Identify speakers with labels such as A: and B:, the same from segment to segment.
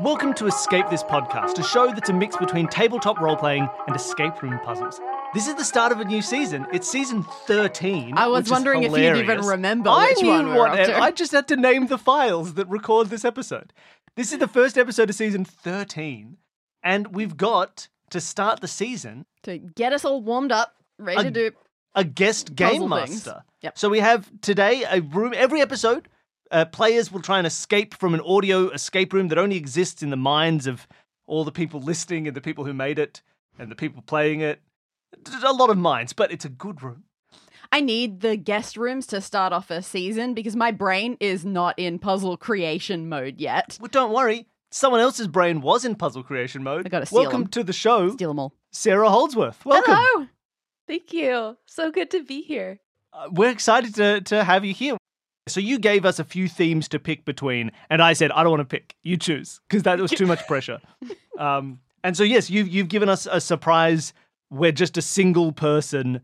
A: Welcome to Escape This Podcast, a show that's a mix between tabletop role playing and escape room puzzles. This is the start of a new season. It's season 13.
B: I was
A: which is
B: wondering if you'd even
A: hilarious.
B: remember
A: I
B: which
A: knew
B: one we were
A: what
B: up to.
A: I just had to name the files that record this episode. This is the first episode of season 13, and we've got to start the season
B: to get us all warmed up, ready
A: A-
B: to do.
A: a guest game
B: Puzzle things.
A: master.
B: Yep.
A: So we have today a room. Every episode, uh, players will try and escape from an audio escape room that only exists in the minds of all the people listening and the people who made it and the people playing it. D- A lot of minds, but it's a good room.
B: I need the guest rooms to start off a season because my brain is not in puzzle creation mode yet.
A: Well, don't worry. Someone else's brain was in puzzle creation mode.
B: I gotta steal
A: Welcome
B: 'em.
A: to the show,
B: Steal them all.
A: Sarah Holdsworth. Welcome.
B: Hello.
C: Thank you. So good to be here.
A: Uh, we're excited to, to have you here. So you gave us a few themes to pick between, and I said I don't want to pick. You choose because that was too much pressure. Um, and so yes, you've you've given us a surprise. We're just a single person,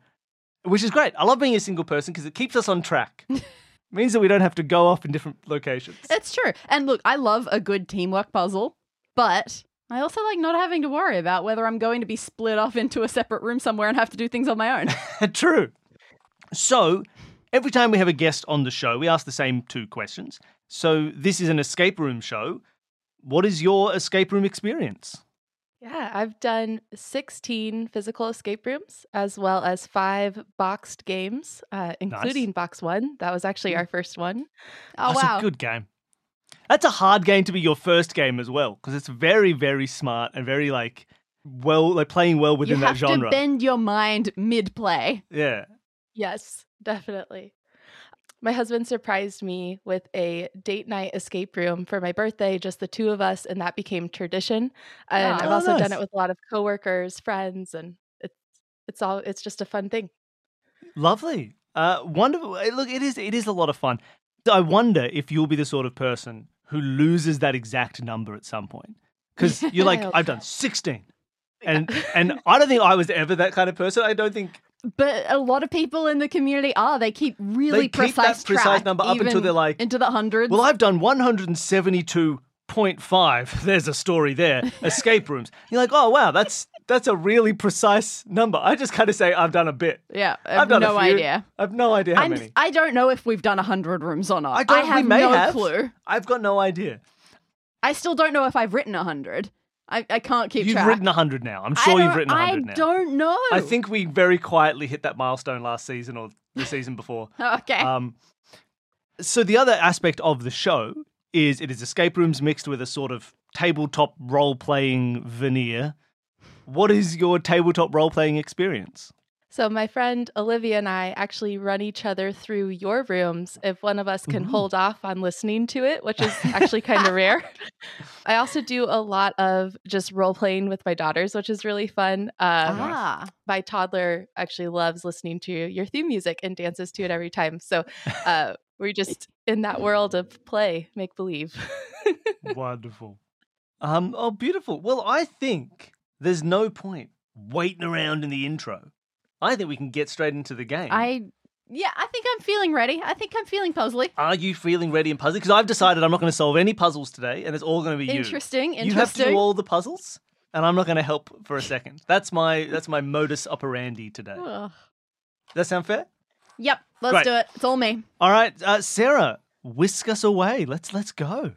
A: which is great. I love being a single person because it keeps us on track. It means that we don't have to go off in different locations.
B: It's true. And look, I love a good teamwork puzzle, but I also like not having to worry about whether I'm going to be split off into a separate room somewhere and have to do things on my own.
A: True. So, every time we have a guest on the show, we ask the same two questions. So, this is an escape room show. What is your escape room experience?
C: Yeah, I've done 16 physical escape rooms as well as five boxed games, uh, including box one. That was actually our first one.
B: Oh
A: That's
B: wow.
A: a good game. That's a hard game to be your first game as well, because it's very, very smart and very like well, like playing well
B: you
A: within
B: have
A: that genre.
B: to bend your mind mid-play.
A: yeah,
C: Yes, definitely. My husband surprised me with a date night escape room for my birthday, just the two of us, and that became tradition. And
B: Ah.
C: I've
A: Oh,
C: also
A: nice.
C: done it with a lot of coworkers, friends, and it's it's all it's just a fun thing.
A: lovely, uh, wonderful. Uh, Look, it is it is a lot of fun. So I wonder if you'll be the sort of person who loses that exact number at some point, because you're like,
C: I hope
A: I've done sixteen, and and I don't think I was ever that kind of person. I don't think
B: But a lot of people in the community are. They keep really
A: They keep that
B: precise
A: precise
B: track,
A: number up until
B: even
A: they're like,
B: into the hundreds.
A: Well, I've done 172.5. There's a story there. Escape rooms. You're like, oh wow, that's that's a really precise number. I just kind of say I've done a bit.
B: yeah, I
A: I've
B: have
A: done a
B: no
A: few.
B: idea.
A: I've no idea how
B: I'm,
A: many.
B: I don't know if we've done hundred rooms or not.
A: I don't.
B: have
A: we may
B: no
A: have.
B: clue.
A: I've got no idea.
B: I still don't know if I've written hundred. I, I can't keep
A: You've
B: track.
A: written hundred now. I'm sure
B: I
A: you've
B: don't-
A: written hundred now.
B: I don't know.
A: I think we very quietly hit that milestone last season or the season before.
B: Okay.
A: Um, so the other aspect of the show is it is escape rooms mixed with a sort of tabletop role playing veneer. What is your tabletop role playing experience?
C: So my friend Olivia and I actually run each other through your rooms if one of us can
A: Ooh.
C: hold off on listening to it, which is actually kind of rare. I also do a lot of just role playing with my daughters, which is really fun. Um,
B: ah.
C: My toddler actually loves listening to your theme music and dances to it every time. So uh, we're just in that world of play, make believe.
A: Wonderful. Um, oh, beautiful. Well, I think there's no point waiting around in the intro. I think we can get straight into the game.
B: I yeah. I think I'm feeling ready. I think I'm feeling puzzly.
A: Are you feeling ready and puzzled? Because I've decided I'm not going to solve any puzzles today, and it's all going to be you.
B: Interesting.
A: You have to
B: Interesting.
A: do all the puzzles, and I'm not going to help for a second. That's my that's my modus operandi today. Does
B: Ugh.
A: that sound fair?
B: Yep. Let's
A: Great.
B: do it. It's all me.
A: All right, uh, Sarah, whisk us away. Let's let's go.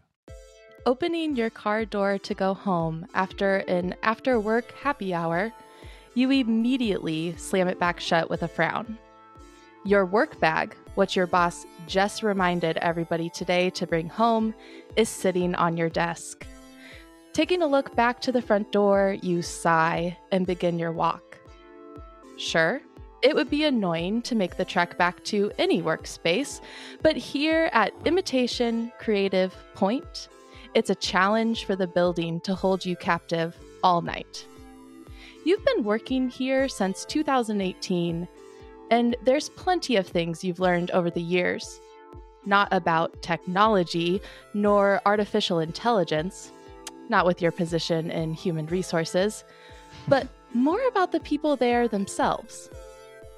C: Opening your car door to go home after an after work happy hour, you immediately slam it back shut with a frown. Your work bag, which your boss just reminded everybody today to bring home, is sitting on your desk. Taking a look back to the front door, you sigh and begin your walk. Sure, it would be annoying to make the trek back to any workspace, but here at Imitation Creative Point, it's a challenge for the building to hold you captive all night. You've been working here since 2018, and there's plenty of things you've learned over the years. Not about technology nor artificial intelligence, not with your position in human resources, but more about the people there themselves.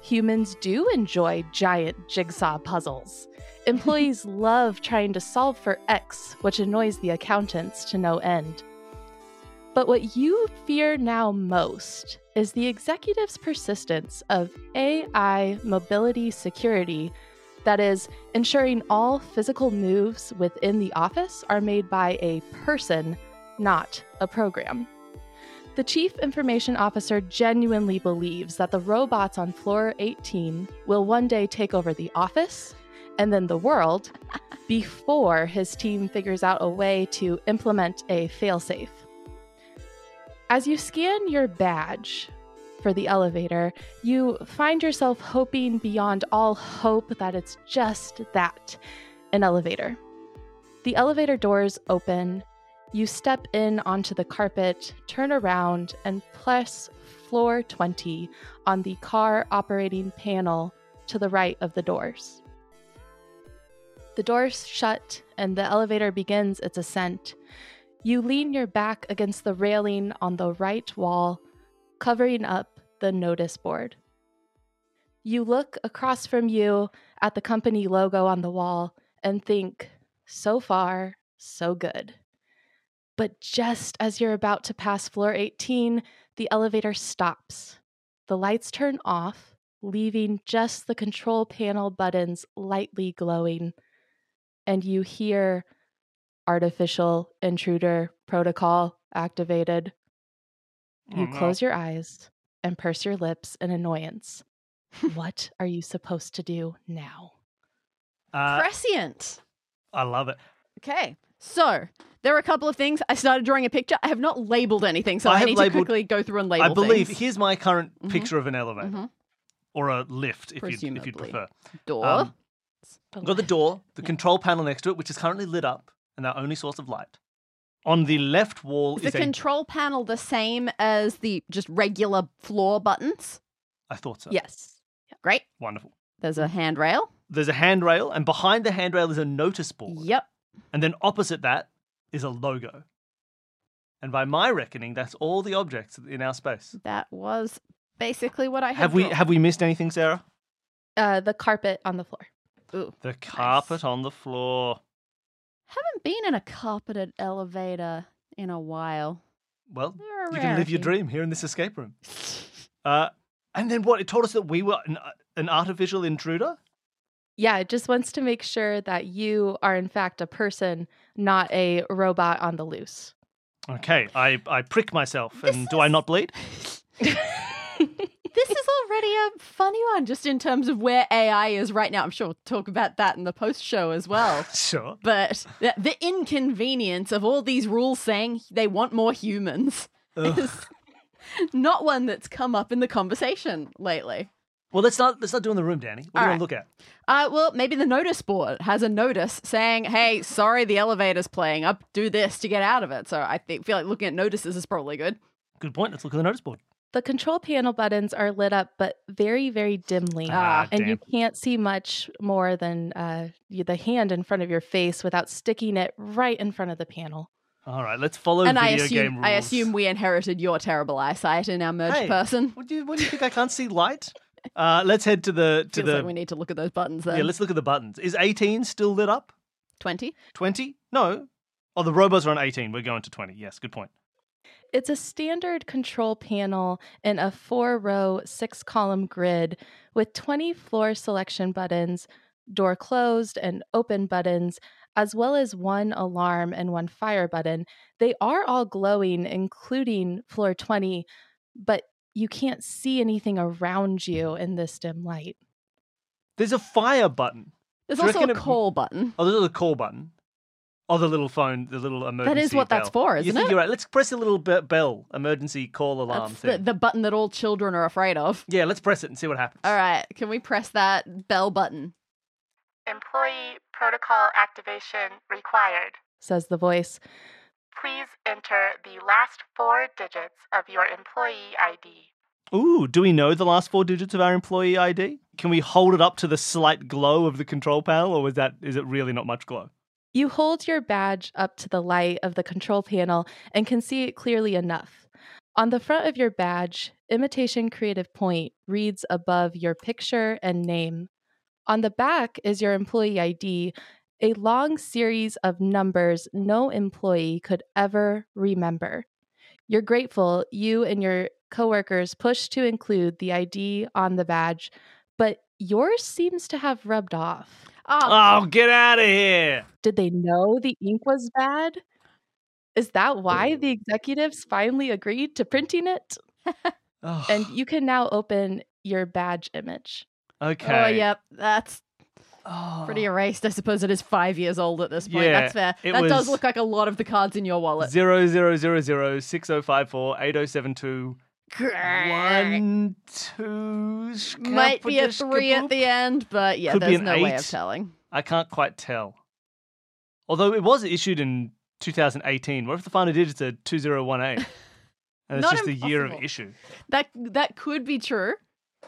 C: Humans do enjoy giant jigsaw puzzles. Employees love trying to solve for X, which annoys the accountants to no end. But what you fear now most is the executive's persistence of AI mobility security, that is, ensuring all physical moves within the office are made by a person, not a program. The chief information officer genuinely believes that the robots on floor 18 will one day take over the office and then the world before his team figures out a way to implement a failsafe. As you scan your badge for the elevator, you find yourself hoping beyond all hope that it's just that an elevator. The elevator doors open, you step in onto the carpet, turn around, and press floor 20 on the car operating panel to the right of the doors. The doors shut and the elevator begins its ascent. You lean your back against the railing on the right wall, covering up the notice board. You look across from you at the company logo on the wall and think, so far, so good. But just as you're about to pass floor 18, the elevator stops. The lights turn off, leaving just the control panel buttons lightly glowing. And you hear artificial intruder protocol activated. You
B: Mm-hmm.
A: Oh, no.
C: close your eyes and purse your lips in annoyance. what are you supposed to do now?
A: Uh,
B: Prescient.
A: I love it.
B: Okay. So there are a couple of things. I started drawing a picture. I have not labeled anything, so
A: I
B: I,
A: have
B: need to
A: labeled-
B: quickly go through and label.
A: I believe
B: things.
A: here's my current
B: Mhm.
A: picture of an elevator
B: Mhm.
A: or a lift, if you'd, if you'd
B: Presumably.
A: prefer.
B: door.
A: Um, Got the
C: left.
A: door, the
B: Yeah.
A: control panel next to it, which is currently lit up and our only source of light. On the left wall
B: is
A: is
B: the
A: a. I
B: control panel the same as the just regular floor buttons?
A: thought so.
B: Yes. Great.
A: Wonderful.
B: There's a handrail.
A: There's a handrail, and behind the handrail is a notice board.
B: Yep.
A: And then opposite that is a logo. And by my reckoning, that's all the objects in our space.
B: That was basically what I had
A: Have we
B: drawn.
A: have we missed anything, Sarah?
C: Uh, the carpet on the floor.
B: Ooh.
A: The carpet on the floor.
B: haven't been in a carpeted elevator in a while.
A: Well,
B: They're a
A: you can live your
B: rarity.
A: dream here in this escape room. Uh, and then what? It told us that we were an, an artificial intruder.
C: Yeah, it just wants to make sure that you are, in fact, a person, not a robot on the loose.
A: Okay, I, I prick myself,
B: This
A: and do I
B: is-
A: not bleed?
B: This is already a funny one, just in terms of where AI is right now. I'm sure we'll talk about that in the post show as well.
A: Sure.
B: But the, the inconvenience of all these rules saying they want more humans
A: Ugh.
B: is not one that's come up in the conversation lately.
A: well, let's not let's not do in the room, Danny. What do you want
B: All
A: to look at?
B: Uh, well, maybe the notice board has a notice saying, "Hey, sorry, the elevator's playing up. Do this to get out of it." So I think feel like looking at notices is probably good.
A: Good point. Let's look at the notice board.
C: the control panel buttons are lit up, but very, very dimly.
B: Ah,
C: and you
A: damn.
C: can't see much more than uh, y- the hand in front of your face without sticking it right in front of the panel.
A: All right, let's follow
B: and I
A: video game
B: assume
A: rules.
B: I assume we inherited your terrible eyesight in our merged
A: Hey,
B: person.
A: What do you what do you think? I can't see light. Uh, let's head to the to
B: Feels
A: the
B: like we need to look at those buttons
A: yeah.
B: then.
A: Let's look at the buttons. Is eighteen still lit up?
B: Twenty.
A: Twenty? No. Oh, the robots are on eighteen. We're going to twenty. Yes, good point.
C: It's a standard control panel in a four row, six column grid with 20 floor selection buttons, door closed and open buttons, as well as one alarm and one fire button. They are all glowing, including floor 20, but you can't see anything around you in this dim light.
A: There's a fire button.
B: There's
A: Do you
B: also a
A: reckon it-
B: call button.
A: Oh, there's a call button. Oh, the little phone, the little emergency.
B: That is what that's
A: bell.
B: for,
A: you
B: isn't
A: think
B: it?
A: you're right? Let's press the little be- bell, emergency call alarm
B: That's the,
A: thing.
B: the button that all children are afraid of.
A: Yeah, let's press it and see what happens.
B: All right, can we press that bell button?
D: Employee protocol activation required.
C: Says the voice.
D: Please enter the last four digits of your employee ID.
A: Ooh, do we know the last four digits of our employee ID? Can we hold it up to the slight glow of the control panel, or is that is it really not much glow?
C: You hold your badge up to the light of the control panel and can see it clearly enough. On the front of your badge, Imitation Creative Point reads above your picture and name. On the back is your employee ID, a long series of numbers no employee could ever remember. You're grateful you and your coworkers pushed to include the ID on the badge, but yours seems to have rubbed off.
A: Oh, get out of here.
C: Did they know the ink was bad? Is that why the executives finally agreed to printing it?
A: Ugh,
C: And you can now open your badge image.
A: okay.
B: Oh, yep. That's
A: Oh.
B: pretty erased. I suppose it is five years old at this point.
A: Yeah,
B: That's fair.
A: it
B: That does
A: was-
B: look like a lot of the cards in your wallet.
A: Zero zero zero zero six zero five four eight zero seven two one two.
B: Might be a three at the end, but yeah,
A: Could be
B: there's
A: an
B: no way
A: eight.
B: of telling.
A: I can't quite tell. Although it was issued in 2018. What if the final digits are 2018? And it's
B: Not
A: just a year of
B: impossible.
A: issue.
B: That that could be true.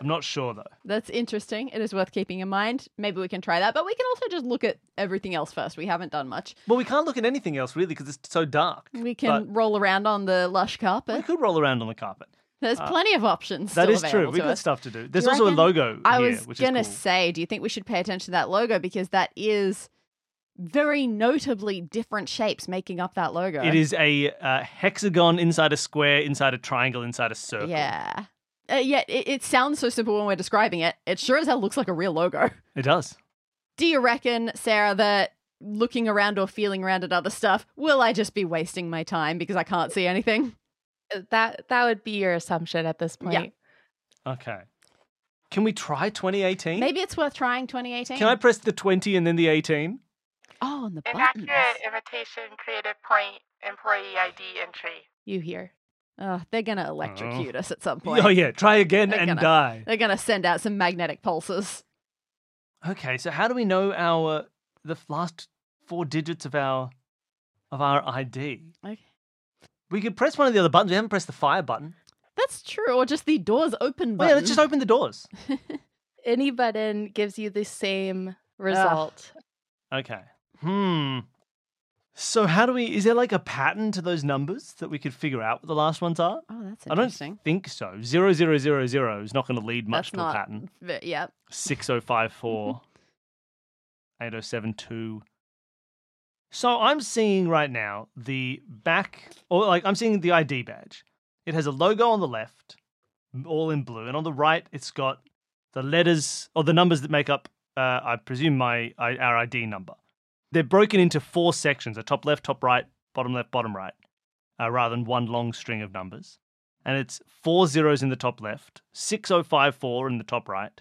A: I'm not sure though.
B: That's interesting. It is worth keeping in mind. Maybe we can try that, but we can also just look at everything else first. We haven't done much.
A: Well, we can't look at anything else really because it's so dark.
B: We can roll around on the lush
A: But we
B: carpet.
A: could roll around on the carpet.
B: There's
A: uh,
B: plenty of options.
A: That
B: still
A: is true.
B: available
A: We
B: to
A: got
B: us.
A: stuff to do. There's
B: you
A: also a
B: reckon-
A: logo
B: I
A: here,
B: was
A: which
B: gonna
A: is cool.
B: say, do you think we should pay attention to that logo because that is very notably different shapes making up that logo.
A: It is a uh, hexagon inside a square, inside a triangle, inside a circle.
B: Yeah. Uh, yeah, it, it sounds so simple when we're describing it. It sure as hell looks like a real logo.
A: It does.
B: Do you reckon, Sarah, that looking around or feeling around at other stuff, will I just be wasting my time because I can't see anything?
C: Uh, That that would be your assumption at this point.
B: Yeah.
A: Okay. Can we try 2018?
B: Maybe it's worth trying 2018.
A: Can I press the 20 and then the 18?
B: Oh, on the buttons.
D: Inaccurate imitation creative point employee ID entry.
C: You hear.
B: Oh, they're going to electrocute us at some point.
A: Oh, yeah. Try again
B: They're
A: and
B: gonna-
A: die.
B: They're going to send out some magnetic pulses.
A: Okay, so how do we know our uh, the last four digits of our of our ID?
B: Okay.
A: We could press one of the other buttons. We haven't pressed the fire button.
B: That's true. Or just the doors open
A: Oh,
B: button.
A: yeah, let's just open the doors.
C: Any button gives you the same result.
A: Okay. Hmm. So how do we? Is there like a pattern to those numbers that we could figure out what the last ones are?
B: oh, that's
A: I don't
B: interesting.
A: think so. Zero zero zero zero is not going to lead much
B: That's
A: to
B: not-
A: a pattern.
B: But, yeah.
A: Six zero five four. Eight zero seven two. So I'm seeing right now the back, or like I'm seeing the ID badge. It has a logo on the left, m- all in blue, and on the right it's got the letters or the numbers that make up, uh, I presume, my I, our ID number. They're broken into four sections: a top left, top right, bottom left, bottom right, uh, rather than one long string of numbers. And it's four zeros in the top left, six zero five four in the top right,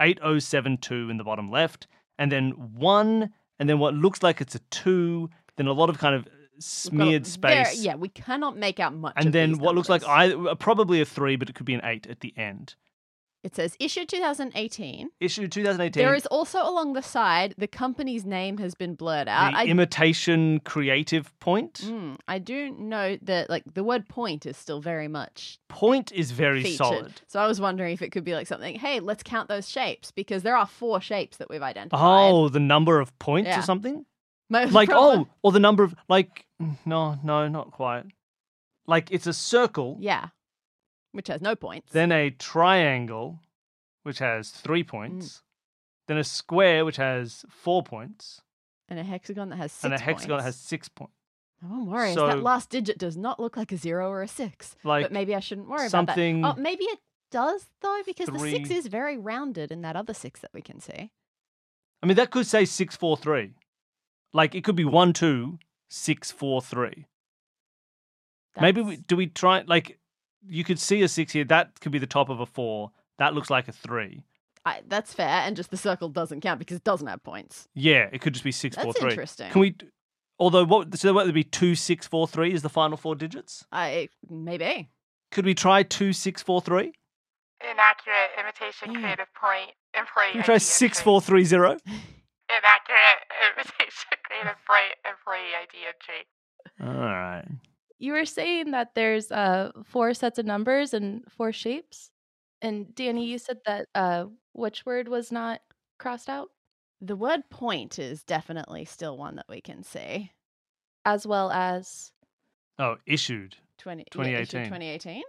A: eight zero seven two in the bottom left, and then one, and then what looks like it's a two, then a lot of kind of uh,
B: We've got a-
A: smeared
B: there-
A: space
B: yeah, we cannot make out much.
A: and
B: of
A: then
B: these
A: what looks like
B: numbers.
A: I, probably a three, but it could be an eight at the end.
B: It says issue 2018.
A: Issue 2018.
B: There is also along the side the company's name has been blurred
A: the
B: out. uh, I,
A: imitation creative point.
B: Mm, I do note that like the word point is still very much
A: Point is very
B: featured.
A: solid.
B: So I was wondering if it could be like something. Hey, let's count those shapes because there are four shapes that we've identified.
A: Oh, the number of points
B: Yeah.
A: or something?
B: My
A: Like,
B: problem-
A: oh, or the number of, like, no, no, not quite. Like, it's a circle,
B: yeah, which has no points.
A: then a triangle, which has three points,
B: Mm.
A: then a square, which has four points,
B: and a hexagon that has six.
A: and a hexagon that has
B: points.
A: six points.
B: Oh, I'm worried.
A: So-
B: that last digit does not look like a zero or a six.
A: Like,
B: but maybe I shouldn't worry
A: something-
B: about that. Oh, maybe it does though, because the six
A: Three.
B: is very rounded in that other six that we can see.
A: I mean, that could say six four three, like it could be one two six four three. Maybe we,
B: That's-
A: do we try like you could see a six here. That could be the top of a four. That looks like a three.
B: I, that's fair, and just the circle doesn't count because it doesn't have points.
A: Yeah, it could just be six four
B: That's
A: three.
B: interesting.
A: Can we? Although what so what would be two six four three is the final four digits.
B: I maybe.
A: Could we try two six four three?
D: Inaccurate imitation creative point employee
A: Can we Mm.
D: ID
A: try six
D: entry.
A: four three zero?
D: Inaccurate imitation creative point employee ID entry.
A: All right.
C: You were saying that there's uh four sets of numbers and four shapes. And Danny, you said that uh which word was not crossed out?
B: The word point is definitely still one that we can see.
C: As well as
A: Oh, issued
B: 20, yeah,
A: 2018.
B: issue 2018.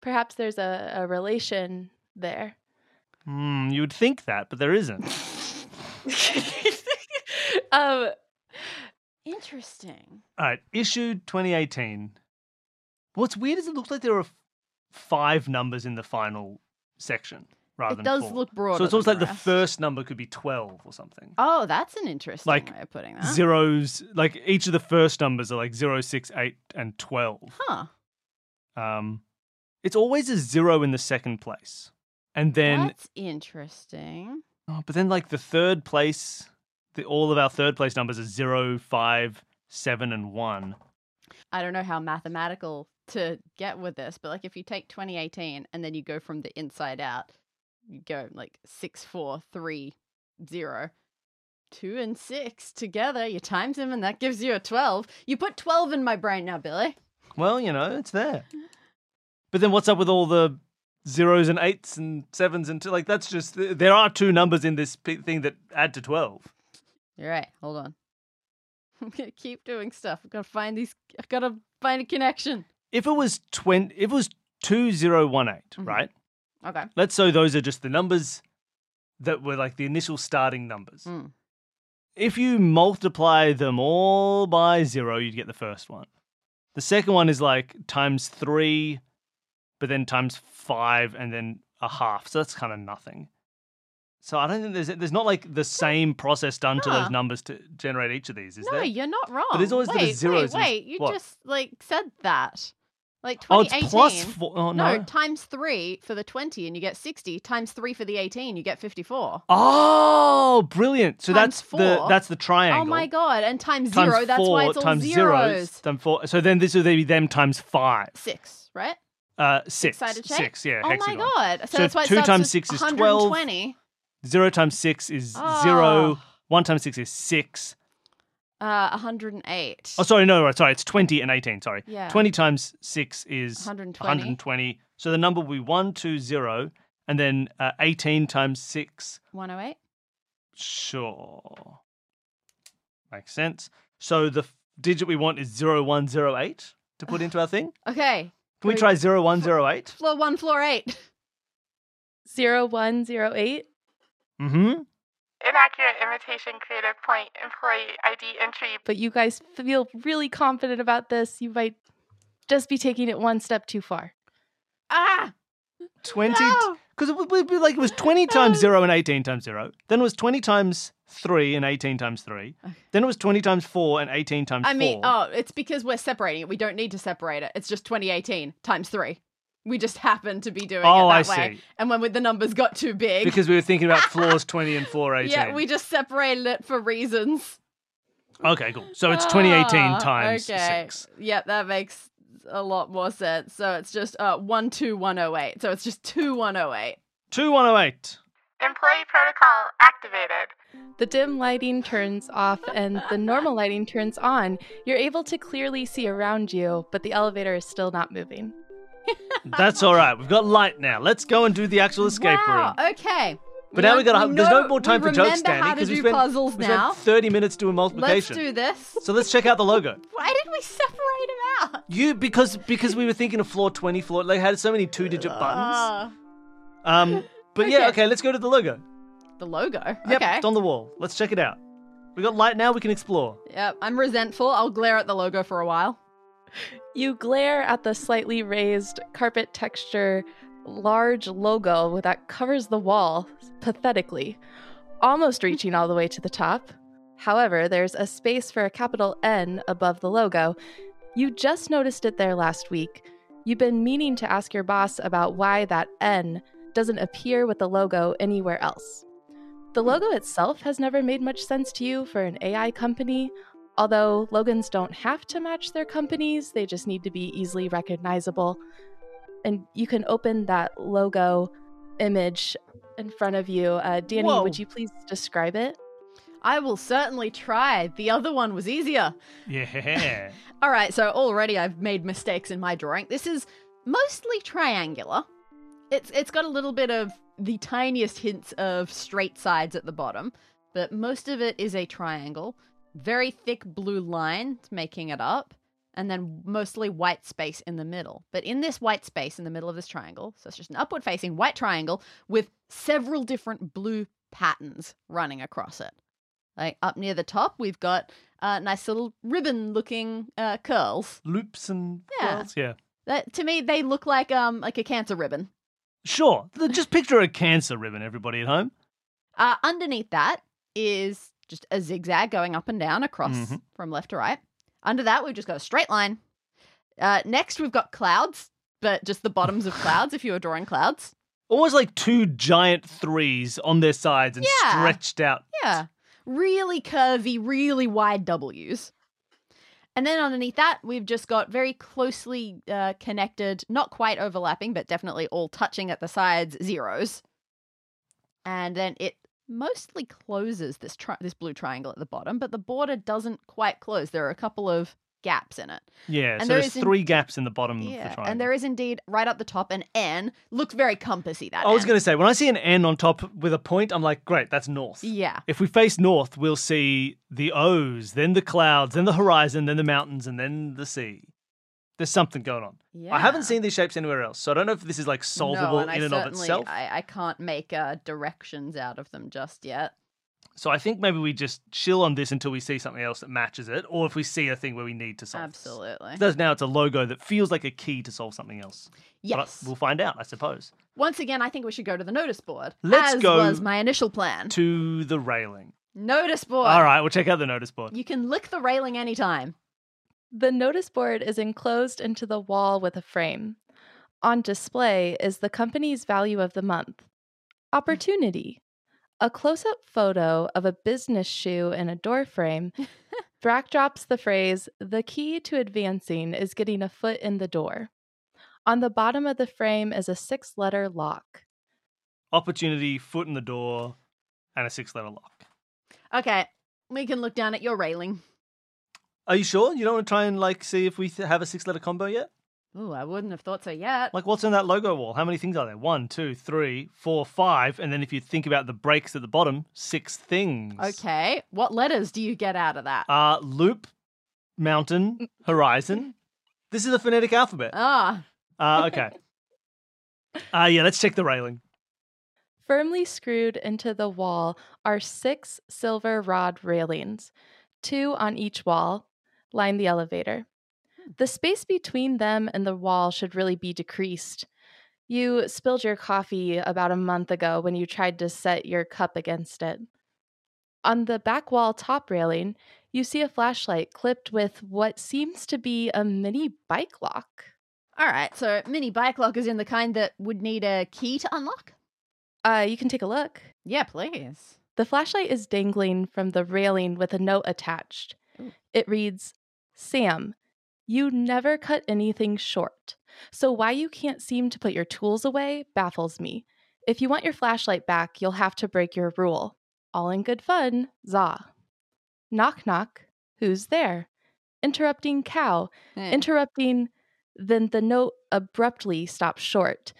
C: Perhaps there's a, a relation there.
A: Hmm, you would think that, but there isn't.
C: um,
B: Interesting.
A: All right, issued 2018. What's weird is it looks like there are f- five numbers in the final section rather
B: it
A: than
B: does
A: four.
B: look broader.
A: So it's
B: than
A: almost like the
B: rest.
A: first number could be 12 or something.
B: Oh, that's an interesting
A: Like,
B: way of putting that.
A: Zeros, like each of the first numbers are like 0, 6, 8, and 12.
B: Huh.
A: Um, it's always a zero in the second place. And then,
B: that's interesting.
A: oh, but then like the third place, the, all of our third place numbers are zero, five, seven, and 1.
B: I don't know how mathematical to get with this, but like if you take 2018 and then you go from the inside out, you go like six, four, three, zero, two and 6 together, you times them and that gives you a 12. You put 12 in my brain now, Billy.
A: Well, you know, it's there. But then what's up with all the zeros and eights and sevens and two? Like, that's just, there are two numbers in this p- thing that add to 12.
B: You're right. Hold on. I'm going to keep doing stuff. I've got to find these, I've got to find a connection.
A: If it was 20, if it was 2018,
B: Mhm.
A: right?
B: Okay.
A: Let's say those are just the numbers that were like the initial starting numbers.
B: Mm.
A: If you multiply them all by zero, you'd get the first one. The second one is like times three, but then times five, and then a half. So that's kind of nothing. So I don't think there's there's not like the same process done to
B: Huh.
A: those numbers to generate each of these, is
B: no,
A: there?
B: you're not wrong.
A: there's always little
B: wait,
A: zeros in
B: Wait,
A: s-
B: wait. You
A: what?
B: just like said that. Like
A: oh, it's
B: 2018.
A: plus four. Oh,
B: no.
A: no.
B: times three for the 20 and you get 60. Times three for the 18, you get 54.
A: Oh, brilliant! So
B: Times
A: that's the
B: four.
A: that's the triangle.
B: Oh my god. And times,
A: Times
B: zero, that's why
A: four
B: it's all
A: times
B: zeros.
A: zeros. Times four. So then this would be them times five.
B: Six, right?
A: Uh, six.
B: Six-sided shape?
A: Six, yeah.
B: Oh my
A: hexagon.
B: god. So,
A: So
B: that's why it
A: two
B: starts
A: times
B: with
A: six is 12.
B: 120.
A: Zero times six is
B: Oh.
A: zero. One times six is six.
B: Uh, 108.
A: Oh, sorry, no, right, sorry. It's 20 and 18, sorry.
B: Yeah.
A: 20 times six is
B: 120.
A: 120. So the number will be one, two, zero. And then uh, 18 times six,
B: 108.
A: sure. Makes sense. So the f- digit we want is 0108 to
B: Ah.
A: put into our thing.
B: Okay.
A: Can we
B: Three-
A: try 0108?
B: Floor one, floor eight.
C: 0108.
A: Mm hmm.
D: Inaccurate imitation creative point employee ID entry.
C: But you guys feel really confident about this. You might just be taking it one step too far.
B: Ah!
A: 20.
B: No!
A: Because it would would be like it was 20 times 0 and 18 times 0. Then it was 20 times 3 and 18 times 3. Then it was 20 times 4 and 18 times
B: I mean,
A: 4.
B: oh, it's because we're separating it. We don't need to separate it. It's just 2018 times three. We just happen to be doing
A: Oh, I
B: it that way.
A: see.
B: And when we, the numbers got too big,
A: Because we were thinking about floors 20 and floor 18.
B: yeah, we just separated it for reasons.
A: Okay, cool. So it's 2018
B: Ah,
A: times
B: okay.
A: 6.
B: Yep, that makes a lot more sense. So it's just uh, 12108. So it's just oh, 2108.
A: 2108.
D: Employee protocol activated.
C: The dim lighting turns off and the normal lighting turns on. You're able to clearly see around you, but the elevator is still not moving.
A: That's all right. We've got light now. Let's go and do the actual escape
B: wow,
A: room.
B: okay.
A: But now we got.
B: to
A: there's no more time
B: we
A: for jokes,
B: remember
A: Danny,
B: how to
A: because we
B: do
A: spent,
B: puzzles
A: we spent
B: now.
A: 30 minutes doing
B: Let's
A: multiplication.
B: do this.
A: so let's check out the logo.
B: Why did we separate them out?
A: You because because we were thinking of floor 20, floor like had so many two-digit buttons.
B: Ah.
A: Um, but yeah,
B: Okay.
A: okay, let's go to the logo.
B: The logo.
A: Yep,
B: okay.
A: it's on the wall. Let's check it out. We got light now. We can explore.
B: Yep. I'm resentful. I'll glare at the logo for a while.
C: You glare at the slightly raised carpet texture, large logo that covers the wall pathetically, almost reaching all the way to the top. However, there's a space for a capital N above the logo. You just noticed it there last week. You've been meaning to ask your boss about why that N doesn't appear with the logo anywhere else. The logo itself has never made much sense to you for an AI company, Although Logans don't have to match their companies, they just need to be easily recognizable. And you can open that logo image in front of you. Uh, Danny,
B: Whoa.
C: would you please describe it?
B: I will certainly try. The other one was easier.
A: Yeah.
B: All right, so already I've made mistakes in my drawing. This is mostly triangular. It's it's got a little bit of the tiniest hints of straight sides at the bottom, but most of it is a triangle. Very thick blue line making it up, and then mostly white space in the middle. But in this white space in the middle of this triangle, so it's just an upward facing white triangle with several different blue patterns running across it. Like up near the top, we've got uh, nice little ribbon looking uh, curls.
A: Loops and
B: Yeah.
A: curls. Yeah.
B: That, to me, they look like um like a cancer ribbon.
A: Sure. Th- Just picture a cancer ribbon, everybody at home.
B: Uh, underneath that is just a zigzag going up and down across
A: Mhm.
B: from left to right. Under that, we've just got a straight line. Uh, next, we've got clouds, but just the bottoms of clouds if you were drawing clouds.
A: Almost like two giant threes on their sides and
B: Yeah.
A: stretched out.
B: Yeah. Really curvy, really wide W's. And then underneath that, we've just got very closely uh, connected, not quite overlapping, but definitely all touching at the sides, zeros. And then it mostly closes this tri- this blue triangle at the bottom, but the border doesn't quite close. There are a couple of gaps in it.
A: Yeah.
B: And
A: so
B: there
A: there's
B: is in-
A: three gaps in the bottom of Mm, the
B: Yeah.
A: triangle.
B: And there is indeed right up the top an N. Looks very compassy that
A: I was
B: N.
A: going to say, when I see an N on top with a point, I'm like, great, that's north.
B: Yeah.
A: If we face north, we'll see the O's, then the clouds, then the horizon, then the mountains, and then the sea. There's something going on.
B: Yeah.
A: I haven't seen these shapes anywhere else, so I don't know if this is like solvable
B: no, and
A: in
B: I
A: and of
B: certainly-
A: itself.
B: I, I can't make uh, directions out of them just yet.
A: So I think maybe we just chill on this until we see something else that matches it, or if we see a thing where we need to solve. this.
B: Absolutely.
A: Because now it's a logo that feels like a key to solve something else.
B: yes.
A: But we'll find out, I suppose.
B: Once again, I think we should go to the notice board.
A: Let's
B: as
A: go
B: was my initial plan.
A: To the railing.
B: notice board.
A: All right, we'll check out the notice board.
B: You can lick the railing anytime.
C: The notice board is enclosed into the wall with a frame. On display is the company's value of the month opportunity, a close up photo of a business shoe in a door frame. backdrops the phrase, the key to advancing is getting a foot in the door. On the bottom of the frame is a six letter lock.
A: Opportunity, foot in the door, and a six letter lock.
B: Okay. We can look down at your railing.
A: Are you sure? You don't want to try and like see if we th- have a six letter combo yet?
B: Ooh, I wouldn't have thought so yet.
A: Like what's on that logo wall? How many things are there? One, two, three, four, five. And then if you think about the breaks at the bottom, six things.
B: Okay. What letters do you get out of that?
A: Uh, loop, mountain, horizon. This is the phonetic alphabet.
B: Ah.
A: Uh, okay. Uh, yeah, let's check the railing.
C: Firmly screwed into the wall are six silver rod railings, two on each wall, line the elevator. The space between them and the wall should really be decreased. You spilled your coffee about a month ago when you tried to set your cup against it. On the back wall top railing, you see a flashlight clipped with what seems to be a mini bike lock.
B: All right. So mini bike lock is in the kind that would need a key to unlock?
C: Uh, you can take a look.
B: Yeah, please.
C: The flashlight is dangling from the railing with a note attached.
B: Ooh.
C: It reads, Sam, you never cut anything short. So why you can't seem to put your tools away baffles me. If you want your flashlight back, you'll have to break your rule. All in good fun, za. Knock knock, who's there? Interrupting cow,
B: Eh.
C: interrupting. Then the note abruptly stops short.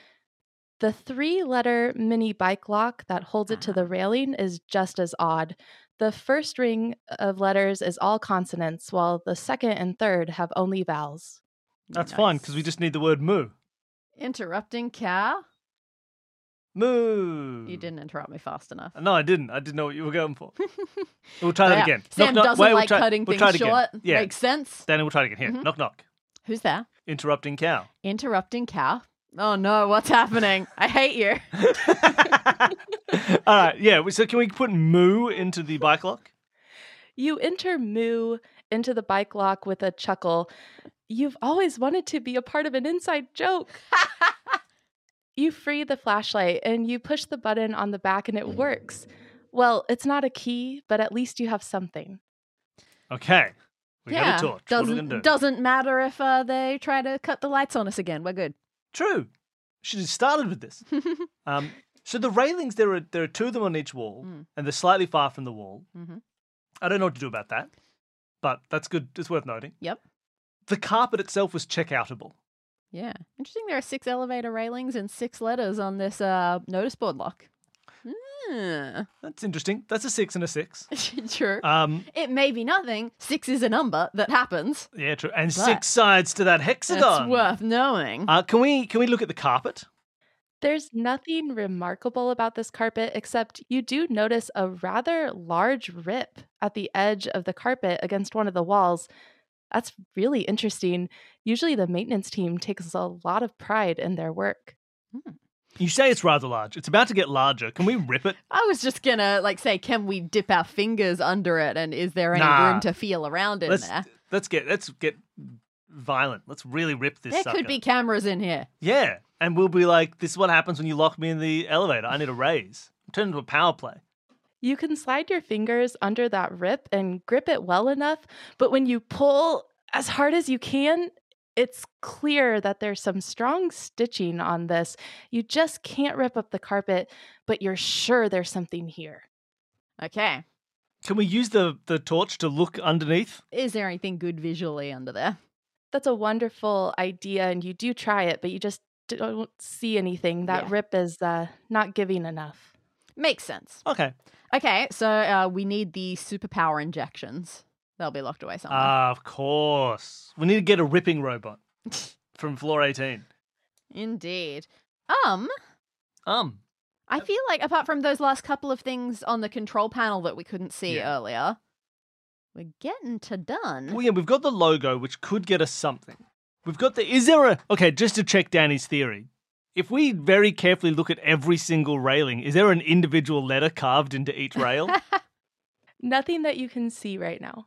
C: The three letter mini bike lock that holds it to the railing is just as odd. The first ring of letters is all consonants, while the second and third have only vowels.
A: That's fine
B: Nice.
A: because we just need the word moo.
B: Interrupting cow?
A: Moo.
B: You didn't interrupt me fast enough.
A: No, I didn't. I didn't know what you were going for. We'll try
B: Yeah.
A: that again.
B: Sam
A: knock, knock.
B: doesn't
A: Wait, we'll
B: like
A: try-
B: cutting
A: we'll
B: things
A: try it again.
B: short.
A: Yeah.
B: Makes sense.
A: Danny, we'll try it again. Here,
B: Mhm.
A: knock, knock.
B: Who's there?
A: Interrupting cow.
B: Interrupting cow. Oh no, what's happening? I hate you.
A: All right, Uh, yeah. So can we put moo into the bike lock?
C: You enter Moo into the bike lock with a chuckle. You've always wanted to be a part of an inside joke. You free the flashlight and you push the button on the back, and it works. Well, it's not a key, but at least you have something.
A: Okay. We
B: yeah,
A: got a torch. what are we
B: doesn't
A: gonna do?
B: doesn't matter if uh, they try to cut the lights on us again. We're good.
A: True. Should have started with this. Um, so the railings, there are there are two of them on each wall,
B: Mm.
A: and they're slightly far from the wall.
B: Mhm.
A: I don't know what to do about that, but that's good. It's worth noting.
B: Yep.
A: The carpet itself was checkoutable.
B: Yeah, interesting. There are six elevator railings and six letters on this uh, notice board lock. Hmm.
A: That's interesting. That's a six and a six.
B: True.
A: Um,
B: it may be nothing. Six is a number that happens.
A: yeah, true. And
B: But-
A: six sides to that hexagon.
B: It's worth knowing.
A: Uh, can we can we look at the carpet?
C: There's nothing remarkable about this carpet except you do notice a rather large rip at the edge of the carpet against one of the walls. That's really interesting. Usually, the maintenance team takes a lot of pride in their work.
A: You say it's rather large. It's about to get larger. Can we rip it?
B: I was just gonna like say, can we dip our fingers under it, and is there any
A: Nah.
B: room to feel around in
A: Let's-
B: there?
A: Let's get let's get violent. Let's really rip this.
B: There
A: sucker.
B: could be cameras in here.
A: Yeah, and we'll be like, this is what happens when you lock me in the elevator. I need a raise. Turn into a power play.
C: You can slide your fingers under that rip and grip it well enough, but when you pull as hard as you can, it's clear that there's some strong stitching on this. You just can't rip up the carpet, but you're sure there's something here.
B: Okay.
A: Can we use the the torch to look underneath?
B: Is there anything good visually under there?
C: That's a wonderful idea, and you do try it, but you just don't see anything. That
B: Yeah.
C: rip is uh, not giving enough.
B: Makes sense.
A: Okay.
B: Okay, so uh, we need the superpower injections. They'll be locked away somewhere.
A: Ah, of course. We need to get a ripping robot from floor 18.
B: Indeed. Um,
A: Um,
B: I feel like apart from those last couple of things on the control panel that we couldn't see
A: Yeah.
B: earlier, we're getting to done.
A: well, yeah, we've got the logo, which could get us something. We've got the. Is there a. Okay, just to check Danny's theory. If we very carefully look at every single railing, is there an individual letter carved into each rail?
C: Nothing that you can see right now.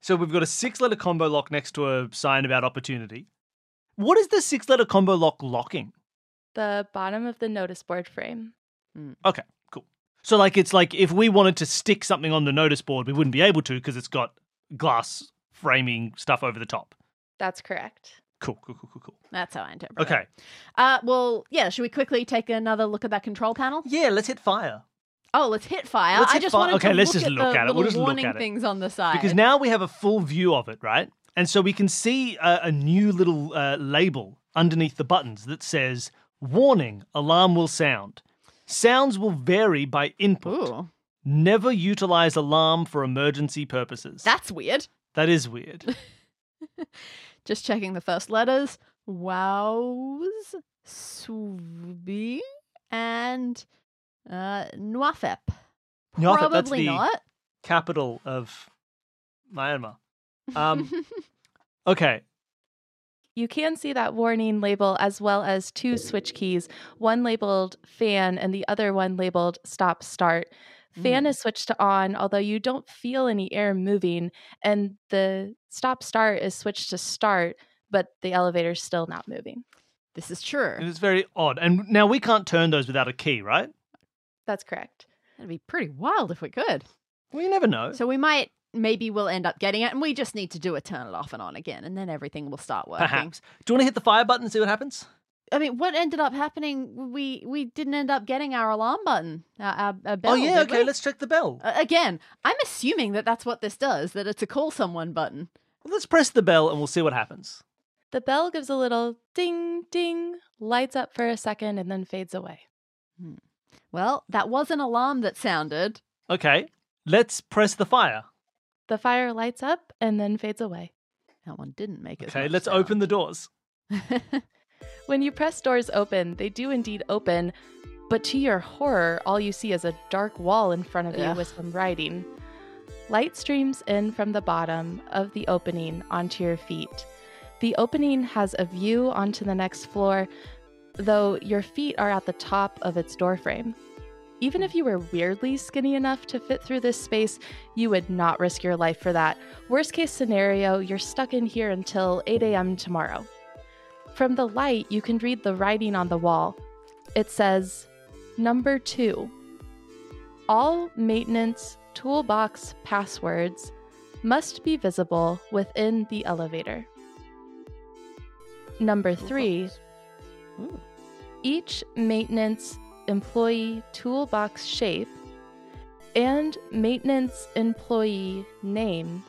A: So we've got a six letter combo lock next to a sign about opportunity. What is the six letter combo lock locking?
C: The bottom of the notice board frame.
A: So, like, it's like if we wanted to stick something on the notice board, we wouldn't be able to because it's got glass framing stuff over the top.
C: That's correct.
A: Cool, cool, cool, cool, cool.
B: That's how I interpret it.
A: Okay.
B: Uh, well, yeah, should we quickly take another look at that control panel?
A: Yeah, let's hit fire.
B: Oh, let's hit fire.
A: Let's
B: I
A: hit
B: just
A: fi-
B: wanted
A: okay,
B: to
A: let's
B: look
A: just
B: at
A: look
B: the
A: at it. We'll
B: little
A: just look
B: warning
A: at it.
B: things on the side.
A: Because now we have a full view of it, right? And so we can see a, a new little uh, label underneath the buttons that says Warning, alarm will sound. Sounds will vary by input.
B: Ooh,
A: Never utilize alarm for emergency purposes.
B: that's weird.
A: that is weird.
B: Just checking the first letters. Wows, Swbi, and uh, Nwafep.
A: Nothing. that's
B: Probably
A: the
B: not.
A: capital of Myanmar. Um, Okay.
C: You can see that warning label as well as two switch keys, one labeled fan and the other one labeled stop start. Fan
B: Mm.
C: is switched to on, although you don't feel any air moving, and the stop start is switched to start, but the elevator's still not moving.
B: this is true.
A: And it's very odd. And now we can't turn those without a key, right?
C: That's correct.
B: It'd be pretty wild if we could.
A: Well, you never know.
B: So we might, maybe we'll end up getting it, and we just need to do a turn it off and on again, and then everything will start working.
A: Perhaps. Do you want to hit the fire button and see what happens?
B: I mean, what ended up happening? We we didn't end up getting our alarm button, our, our, our bell.
A: oh, yeah.
B: did
A: Okay.
B: we?
A: Let's check the bell.
B: A- Again, I'm assuming that that's what this does, that it's a call someone button.
A: Well, let's press the bell and we'll see what happens.
C: The bell gives a little ding ding, lights up for a second, and then fades away.
B: Well, that was an alarm that sounded.
A: Okay. Let's press the fire.
C: The fire lights up and then fades away.
B: That one didn't make it.
A: Okay. Let's open the doors.
C: When you press doors open, they do indeed open, but to your horror, all you see is a dark wall in front of you
B: Ugh.
C: with some writing. Light streams in from the bottom of the opening onto your feet. The opening has a view onto the next floor, though your feet are at the top of its doorframe. Even if you were weirdly skinny enough to fit through this space, you would not risk your life for that. Worst case scenario, you're stuck in here until 8 a.m. tomorrow. From the light, you can read the writing on the wall. It says, Number two, all maintenance toolbox passwords must be visible within the elevator. Number three,
B: Ooh.
C: each maintenance employee toolbox shape and maintenance employee name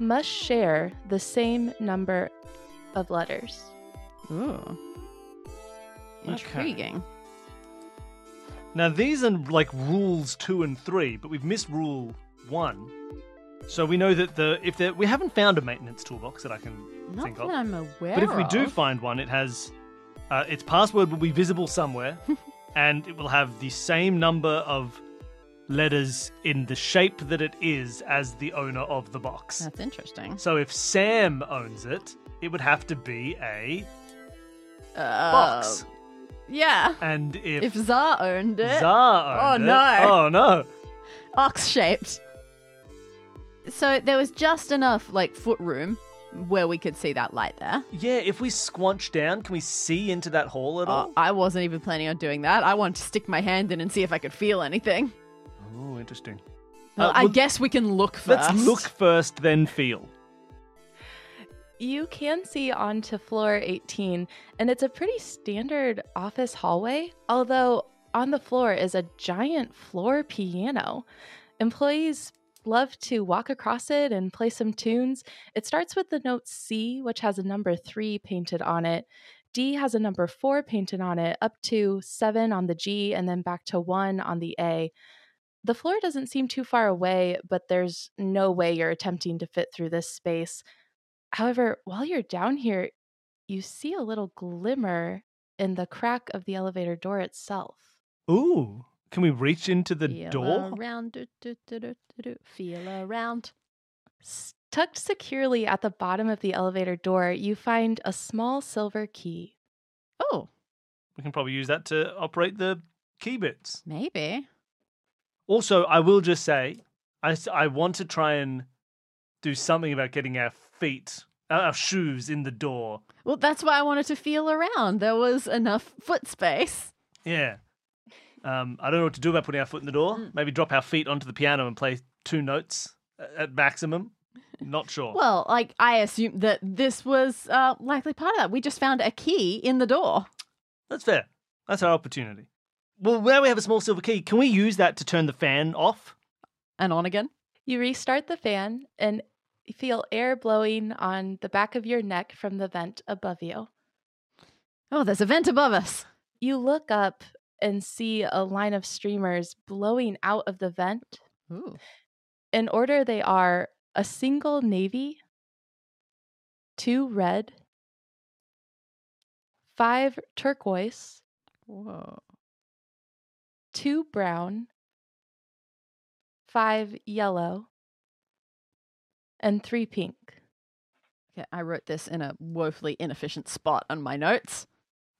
C: must share the same number of letters.
B: Ooh. Intriguing.
A: Now these are like rules two and three, but we've missed rule one. So we know that the if there, we haven't found a maintenance toolbox that I can
B: Not
A: think
B: that
A: of.
B: I'm aware
A: But if we do
B: of.
A: find one, it has uh, its password will be visible somewhere, and it will have the same number of letters in the shape that it is as the owner of the box.
B: That's interesting.
A: So if Sam owns it, it would have to be a
B: Uh,
A: box.
B: Yeah.
A: and if,
B: If Zar owned it,
A: Zara
B: Oh,
A: owned it-
B: no.
A: oh no,
B: ox shaped. So there was just enough like foot room where we could see that light there.
A: yeah. If we squanch down, can we see into that hall at
B: Uh,
A: all?
B: I wasn't even planning on doing that. I wanted to stick my hand in and see if I could feel anything.
A: Oh, interesting.
B: Well,
A: Uh,
B: I
A: well,
B: guess we can look 1st
A: Let's look first, then feel.
C: You can see onto floor 18, and it's a pretty standard office hallway, although on the floor is a giant floor piano. Employees love to walk across it and play some tunes. It starts with the note C, which has a number three painted on it. D has a number four painted on it, up to seven on the G, and then back to one on the A. The floor doesn't seem too far away, but there's no way you're attempting to fit through this space. However, while you're down here, you see a little glimmer in the crack of the elevator door itself.
A: Ooh, can we reach into the
B: feel
A: door?
B: around, do, do, do, do, do, do. feel around.
C: S- Tucked securely at the bottom of the elevator door, you find a small silver key.
B: Oh,
A: We can probably use that to operate the key bits.
B: maybe.
A: Also, I will just say, I, s- I want to try and do something about getting our feet, our our shoes in the door.
B: Well, that's why I wanted to feel around. There was enough foot space.
A: Yeah. Um, I don't know what to do about putting our foot in the door.
B: Mm.
A: Maybe drop our feet onto the piano and play two notes a- at maximum. Not sure.
B: Well, like I assume that this was uh, likely part of that. We just found a key in the door.
A: That's fair. That's our opportunity. Well, now we have a small silver key. Can we use that to turn the fan off?
B: And on again.
C: You restart the fan and feel air blowing on the back of your neck from the vent above you.
B: Oh, there's a vent above us.
C: You look up and see a line of streamers blowing out of the vent.
B: Ooh.
C: In order, they are a single navy, two red, five turquoise,
B: Whoa.
C: two brown, five yellow, and three pink.
B: Okay, I wrote this in a woefully inefficient spot on my notes.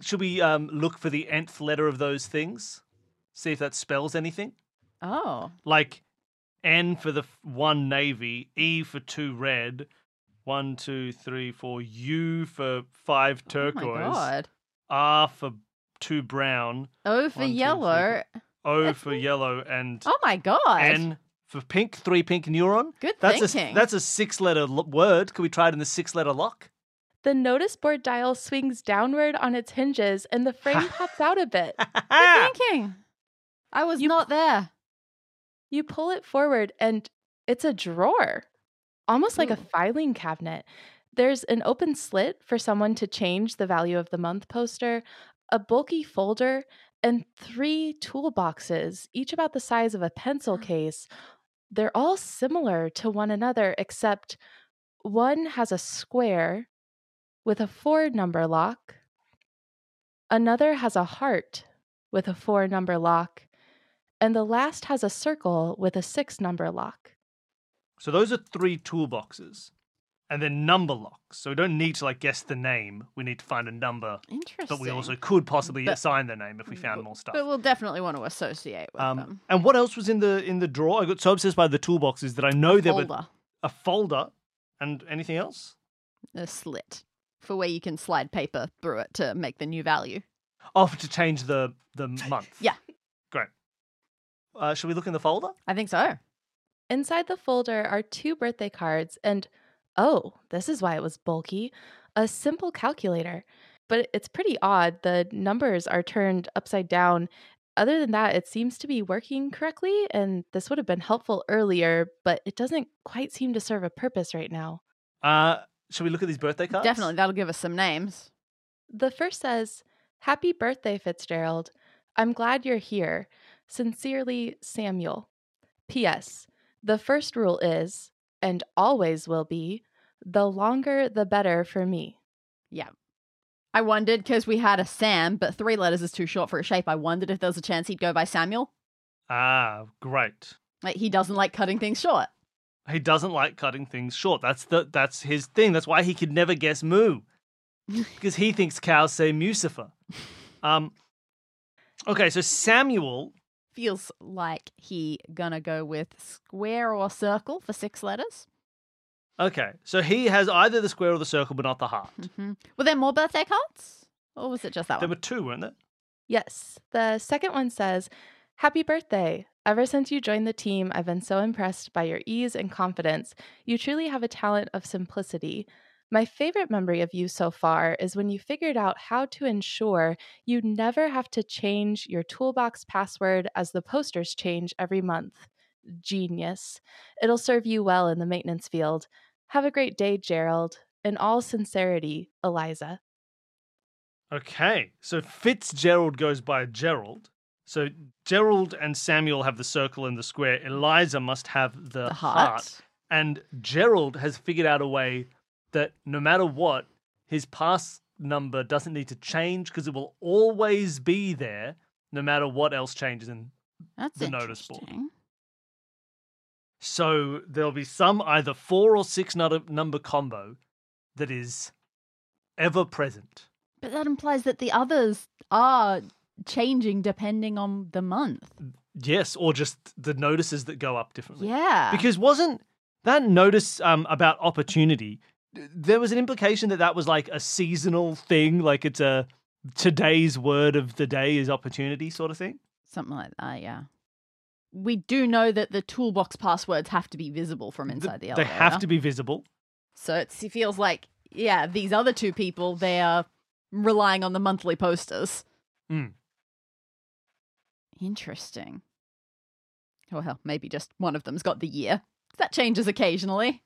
A: Should we um, look for the nth letter of those things? See if that spells anything?
B: Oh.
A: like N for the f- one navy, E for two red, one, two, three, four, U for five turquoise,
B: Oh my god.
A: R for two brown,
B: O for
A: One, two, three,
B: yellow.
A: O
B: That's
A: for yellow, and
B: Oh my god.
A: N for pink, three pink neuron.
B: Good
A: That's
B: thinking.
A: a, that's a six letter l- word. Could we try it in the six letter lock?
C: The notice board dial swings downward on its hinges and the frame pops out a bit.
B: Good thinking. I was
C: You-
B: not there.
C: You pull it forward, and it's a drawer, almost like a
B: Ooh.
C: filing cabinet. There's an open slit for someone to change the value of the month poster, a bulky folder, and three toolboxes, each about the size of a pencil case. They're all similar to one another, except one has a square with a four number lock, another has a heart with a four number lock, and the last has a circle with a six number lock.
A: So those are three toolboxes, and then number locks. So we don't need to like guess the name. We need to find a number
B: Interesting.
A: that we also could possibly
B: But-
A: assign the name if we found
B: but-
A: more stuff.
B: But we'll definitely want to associate with
A: Um,
B: them.
A: and what else was in the in the drawer? I got so obsessed by the toolboxes that I
B: oh,
A: know there were
B: Folder,
A: a folder and anything else.
B: a slit for where you can slide paper through it to make the new value.
A: Oh, to change the the month.
B: Yeah.
A: great. Uh, should we look in the folder?
B: I think so.
C: Inside the folder are two birthday cards and, oh, this is why it was bulky, a simple calculator. But it's pretty odd. The numbers are turned upside down. Other than that, it seems to be working correctly, and this would have been helpful earlier, but it doesn't quite seem to serve a purpose right now.
A: Uh, should we look at these birthday cards?
B: Definitely, that'll give us some names.
C: The first says, Happy birthday, Fitzgerald. I'm glad you're here. Sincerely, Samuel. P.S. The first rule is, and always will be, the longer the better for me.
B: I wondered because we had a Sam, but three letters is too short for a shape. I wondered if there was a chance he'd go by Samuel.
A: Ah, great.
B: Like he doesn't like cutting things short.
A: He doesn't like cutting things short. That's the that's his thing. That's why he could never guess moo, because he thinks cows say Mucifer. Um. Okay, so Samuel.
B: Feels like he gonna go with square or circle for six letters.
A: Okay, so he has either the square or the circle, but not the heart.
B: Mm-hmm. Were there more birthday cards, or was it just that
A: There
B: one?
A: were two, weren't there?
C: Yes, the second one says, Happy birthday! Ever since you joined the team, I've been so impressed by your ease and confidence. You truly have a talent of simplicity. My favorite memory of you so far is when you figured out how to ensure you never have to change your toolbox password as the posters change every month. Genius. It'll serve you well in the maintenance field. Have a great day, Gerald. In all sincerity, Eliza.
A: Okay, so Fitzgerald goes by Gerald. So Gerald and Samuel have the circle and the square. Eliza must have the,
B: the heart.
A: And Gerald has figured out a way that no matter what, his pass number doesn't need to change because it will always be there no matter what else changes. And
B: That's
A: the notice board.
B: interesting.
A: so there'll be some either four or six nu- number combo that is ever present.
B: But that implies that the others are changing depending on the month.
A: Mm, Yes, or just the notices that go up differently.
B: Yeah.
A: Because wasn't that notice um, about opportunity? th- There was an implication that that was like a seasonal thing, like it's a today's word of the day is opportunity sort of thing.
B: Something like that, yeah. We do know that the toolbox passwords have to be visible from
A: Th-
B: inside the
A: they
B: elevator.
A: have to be visible.
B: So it's, it feels like, yeah, these other two people, they are relying on the monthly posters.
A: Hmm.
B: Interesting. Oh, well, maybe just one of them's got the year. That changes occasionally.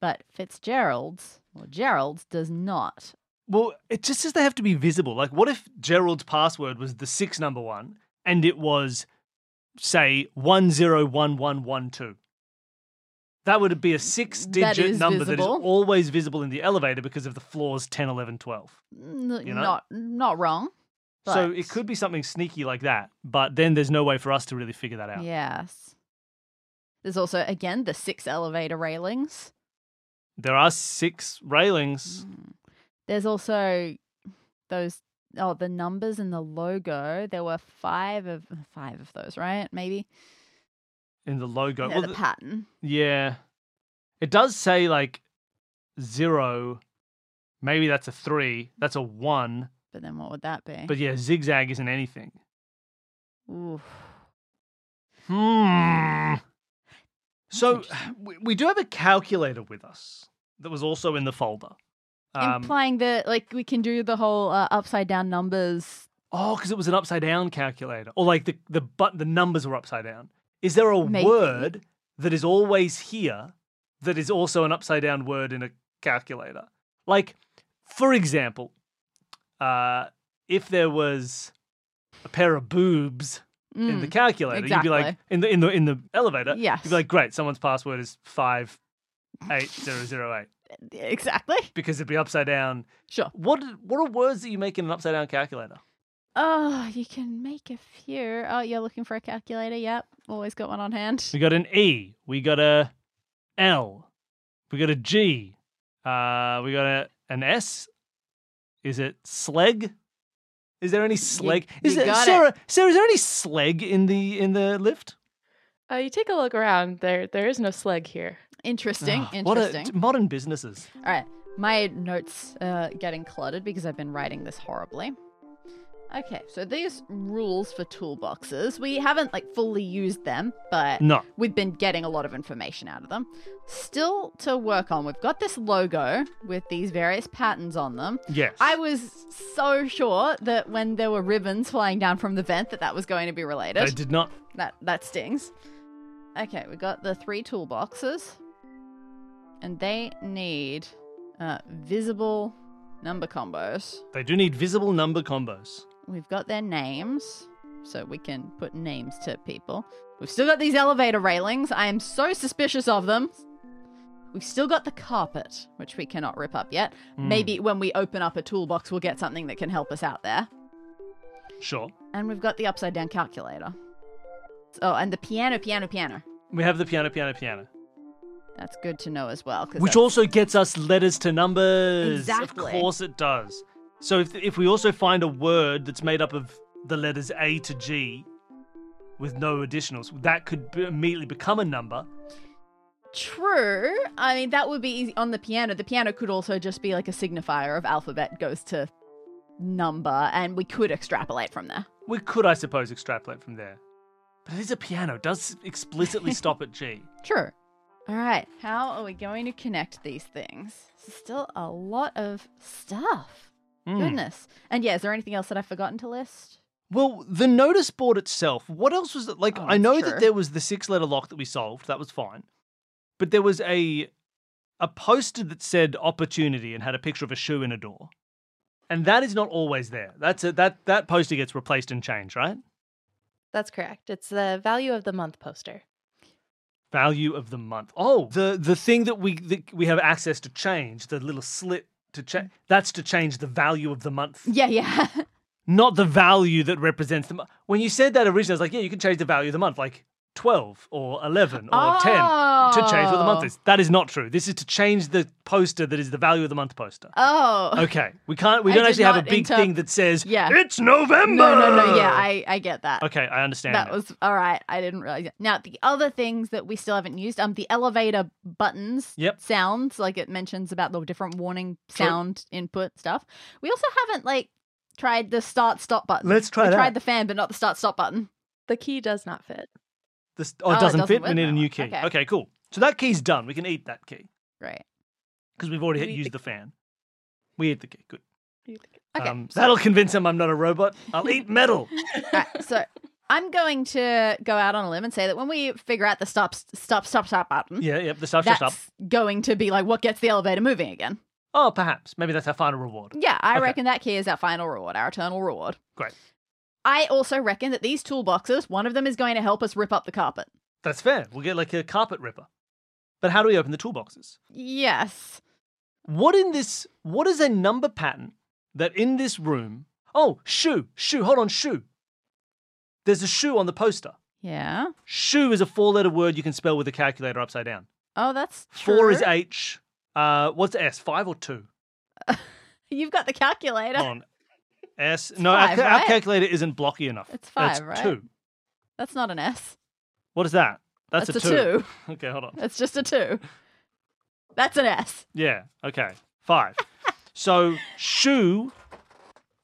B: But Fitzgerald's, or Gerald's, does not.
A: Well, it just says they have to be visible. Like, what if Gerald's password was the six number one and it was, say, one zero one one one two? That would be a six
B: That
A: digit
B: is
A: number that is
B: visible.
A: always visible in the elevator because of the floors 10, 11, 12.
B: N-
A: You know?
B: Not, not wrong.
A: So
B: but-
A: it could be something sneaky like that, but then there's no way for us to really figure that out.
B: Yes. There's also, again, the six elevator railings.
A: There are six railings.
B: Mm. There's also those, oh, the numbers and the logo. There were five of five of those, right? Maybe
A: in the logo.
B: Mm. Yeah,
A: Well,
B: the
A: th-
B: pattern.
A: yeah. It does say like zero. Maybe that's a three. That's a one.
B: But then what would that be?
A: But yeah, zigzag isn't anything.
B: Oof.
A: Hmm. So
B: interesting.
A: we, we do have a calculator with us that was also in the folder. Um,
B: implying that like we can do the whole uh, upside down numbers.
A: oh, because it was an upside down calculator, or like the the but the numbers were upside down. Is there a
B: Maybe.
A: word that is always here that is also an upside down word in a calculator? Like, for example, uh, if there was a pair of boobs in the
B: Mm,
A: calculator, you'd be like
B: exactly.
A: in the in the in the elevator,
B: Yes.
A: you'd be like, great, someone's password is five eight zero zero eight
B: exactly.
A: because it'd be upside down.
B: Sure.
A: What what are words that you make in an upside down calculator?
B: Oh, you can make a few. Oh, you're looking for a calculator? Yep. Always got one on hand.
A: We got an E. We got a L. We got a G. Uh, we got a, an S. Is it sleg? Is there any sleg? is
B: you
A: there,
B: got it.
A: Sarah? Sarah, is there any sleg in the in the lift?
C: Uh, you take a look around. There, there is no sleg here.
B: Interesting.
A: Ah,
B: interesting.
A: What a, t- modern businesses.
B: All right, my notes uh, getting cluttered because I've been writing this horribly. Okay, so these rules for toolboxes, we haven't like fully used them, but
A: No.
B: we've been getting a lot of information out of them. Still to work on. We've got this logo with these various patterns on them.
A: Yes.
B: I was so sure that when there were ribbons flying down from the vent that that was going to be related.
A: I did not.
B: That that stings. Okay, we got the three toolboxes, and they need uh, visible number combos.
A: They do need visible number combos.
B: We've got their names. so we can put names to people. We've still got these elevator railings. I am so suspicious of them. We've still got the carpet, which we cannot rip up yet. Maybe when we open up a toolbox, we'll get something that can help us out there.
A: Sure.
B: And we've got the upside down calculator. Oh, and the piano, piano, piano.
A: We have the piano, piano, piano,
B: That's good to know as well. 'cause
A: which
B: that's-
A: also gets us letters to numbers.
B: Exactly.
A: Of course it does. So if, if we also find a word that's made up of the letters A to G with no additionals, that could be, immediately become a number.
B: True. I mean, that would be easy on the piano. The piano could also just be like a signifier of alphabet goes to number, and we could extrapolate from there.
A: We could, I suppose, extrapolate from there. But it is a piano. It does explicitly stop at G.
B: True. All right. How are we going to connect these things? This is still a lot of stuff.
A: Mm.
B: Goodness. And yeah, is there anything else that I've forgotten to list?
A: Well, the notice board itself, what else was it? Like,
B: Oh,
A: I know
B: sure.
A: that there was the six letter lock that we solved. That was fine. But there was a a poster that said opportunity and had a picture of a shoe in a door. And that is not always there. That's a, that that poster gets replaced and changed, right?
C: That's correct. It's the value of the month poster.
A: Value of the month. Oh, the the thing that we that we have access to change, the little slit to change. That's to change the value of the month.
B: Yeah, yeah.
A: not the value that represents the month. When you said that originally, I was like, yeah, you can change the value of the month, like 12 or 11 or 10 to change what the month
B: Oh.
A: is. That is not true. This is to change the poster that is the value of the month poster.
B: oh.
A: Okay. We can't, we
B: I
A: don't
B: did
A: actually have a
B: not
A: big
B: inter-
A: thing that says,
B: Yeah.
A: it's November.
B: No, no, no. Yeah, I, I get that.
A: Okay, I understand.
B: That
A: now.
B: was all right. I didn't realize it. Now the other things that we still haven't used, um, the elevator buttons,
A: Yep.
B: sounds like it mentions about the different warning
A: True.
B: sound input stuff. We also haven't like tried the start stop button.
A: Let's try
B: we
A: that.
B: tried the fan, but not the start stop button.
C: The key does not fit.
A: This, oh, it
B: Oh, it
A: doesn't,
B: doesn't
A: fit.
B: work
A: We need a
B: that
A: new
B: way.
A: key.
B: Okay.
A: okay, cool. So that key's done. We can eat that key
B: Right.
A: because we've already
C: We eat
A: used the
C: the-
A: fan. We eat the key. Good.
B: Okay.
A: Um,
B: so-
A: that'll convince him I'm not a robot. I'll eat metal.
B: Alright, so I'm going to go out on a limb and say that when we figure out the stop stop stop stop button,
A: yeah, yep. The stuff
B: that's
A: just up.
B: going to be like what gets the elevator moving again.
A: Oh, perhaps. Maybe that's our final reward.
B: Yeah, I
A: Okay.
B: reckon that key is our final reward, our eternal reward.
A: Great.
B: I also reckon that these toolboxes, one of them is going to help us rip up the carpet.
A: That's fair. We'll get like a carpet ripper. But how do we open the toolboxes?
B: Yes.
A: What in this? What is a number pattern that in this room? Oh, shoe, shoe. Hold on, shoe. There's a shoe on the poster.
B: Yeah.
A: Shoe is a four-letter word you can spell with a calculator upside down.
B: Oh, that's
A: Four is
B: true.
A: H. Uh, what's S? Five or two?
B: You've got the calculator.
A: Hold on. S. No, our,
B: five,
A: ca- our
B: right?
A: calculator isn't blocky enough.
B: It's five,
A: That's
B: right?
A: Two.
B: That's not an S.
A: What is that? That's,
B: That's
A: a,
B: a
A: two. okay, hold on.
B: That's just a two. That's an S.
A: Yeah. Okay. Five. so shoe.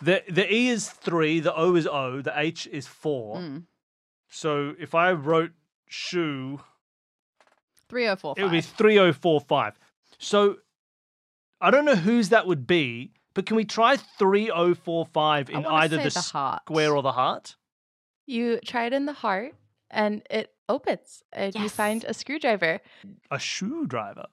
A: The the E is three. The O is O. The H is four.
B: Mm.
A: So if I wrote shoe,
B: Three oh four
A: it would be
B: five.
A: three oh four five. So I don't know whose that would be, but can we try three oh four five
B: I
A: in
B: wanna
A: either
B: say
A: the,
B: the heart.
A: square or the heart?
C: You try it in the heart and it opens and you
B: Yes.
C: find a screwdriver.
A: A shoe driver.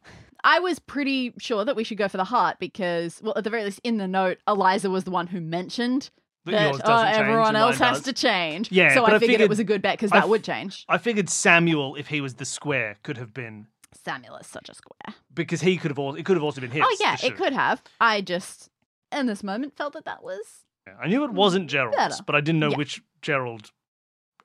B: I was pretty sure that we should go for the heart because, well, at the very least, in the note, Eliza was the one who mentioned
A: But
B: that
A: yours
B: oh,
A: doesn't change
B: everyone
A: and
B: else
A: mine
B: has
A: does.
B: to change.
A: Yeah,
B: so
A: but
B: I
A: I
B: figured it
A: figured-
B: was a good bet because
A: I
B: that
A: f-
B: would change.
A: I figured Samuel, if he was the square, could have been
B: Samuel is such a square.
A: because he could have also it could have also been his.
B: oh yeah,
A: the shoe.
B: it could have. I just in this moment felt that that was
A: Yeah, I knew it wasn't Gerald's,
B: Hmm. Better.
A: but I didn't know
B: Yeah.
A: which Gerald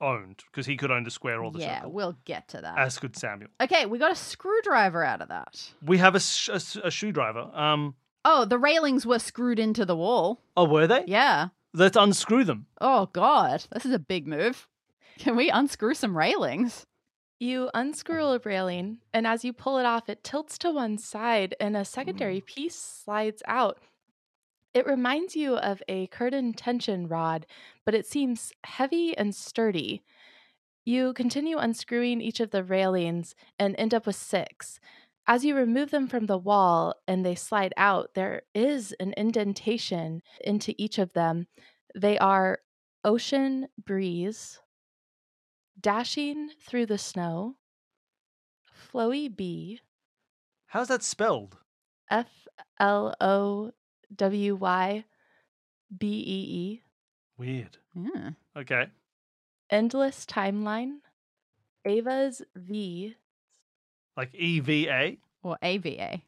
A: owned because he could own the square or the
B: yeah.
A: circle,
B: We'll get to that.
A: as could Samuel.
B: okay, we got a screwdriver out of that.
A: We have a, sh- a s- a shoe driver. Um,
B: Oh, the railings were screwed into the wall.
A: oh, were they?
B: Yeah.
A: Let's unscrew them.
B: Oh god, this is a big move. Can we unscrew some railings?
C: You unscrew a railing, and as you pull it off, it tilts to one side and a secondary piece slides out. It reminds you of a curtain tension rod, but it seems heavy and sturdy. You continue unscrewing each of the railings and end up with six. As you remove them from the wall and they slide out, there is an indentation into each of them. They are ocean breeze, Dashing through the snow. Flowy B.
A: How's that spelled?
C: F L O W Y B E E.
A: Weird.
B: Yeah.
A: Okay.
C: Endless Timeline, Ava's V,
A: Like E EVA?
B: or AVA.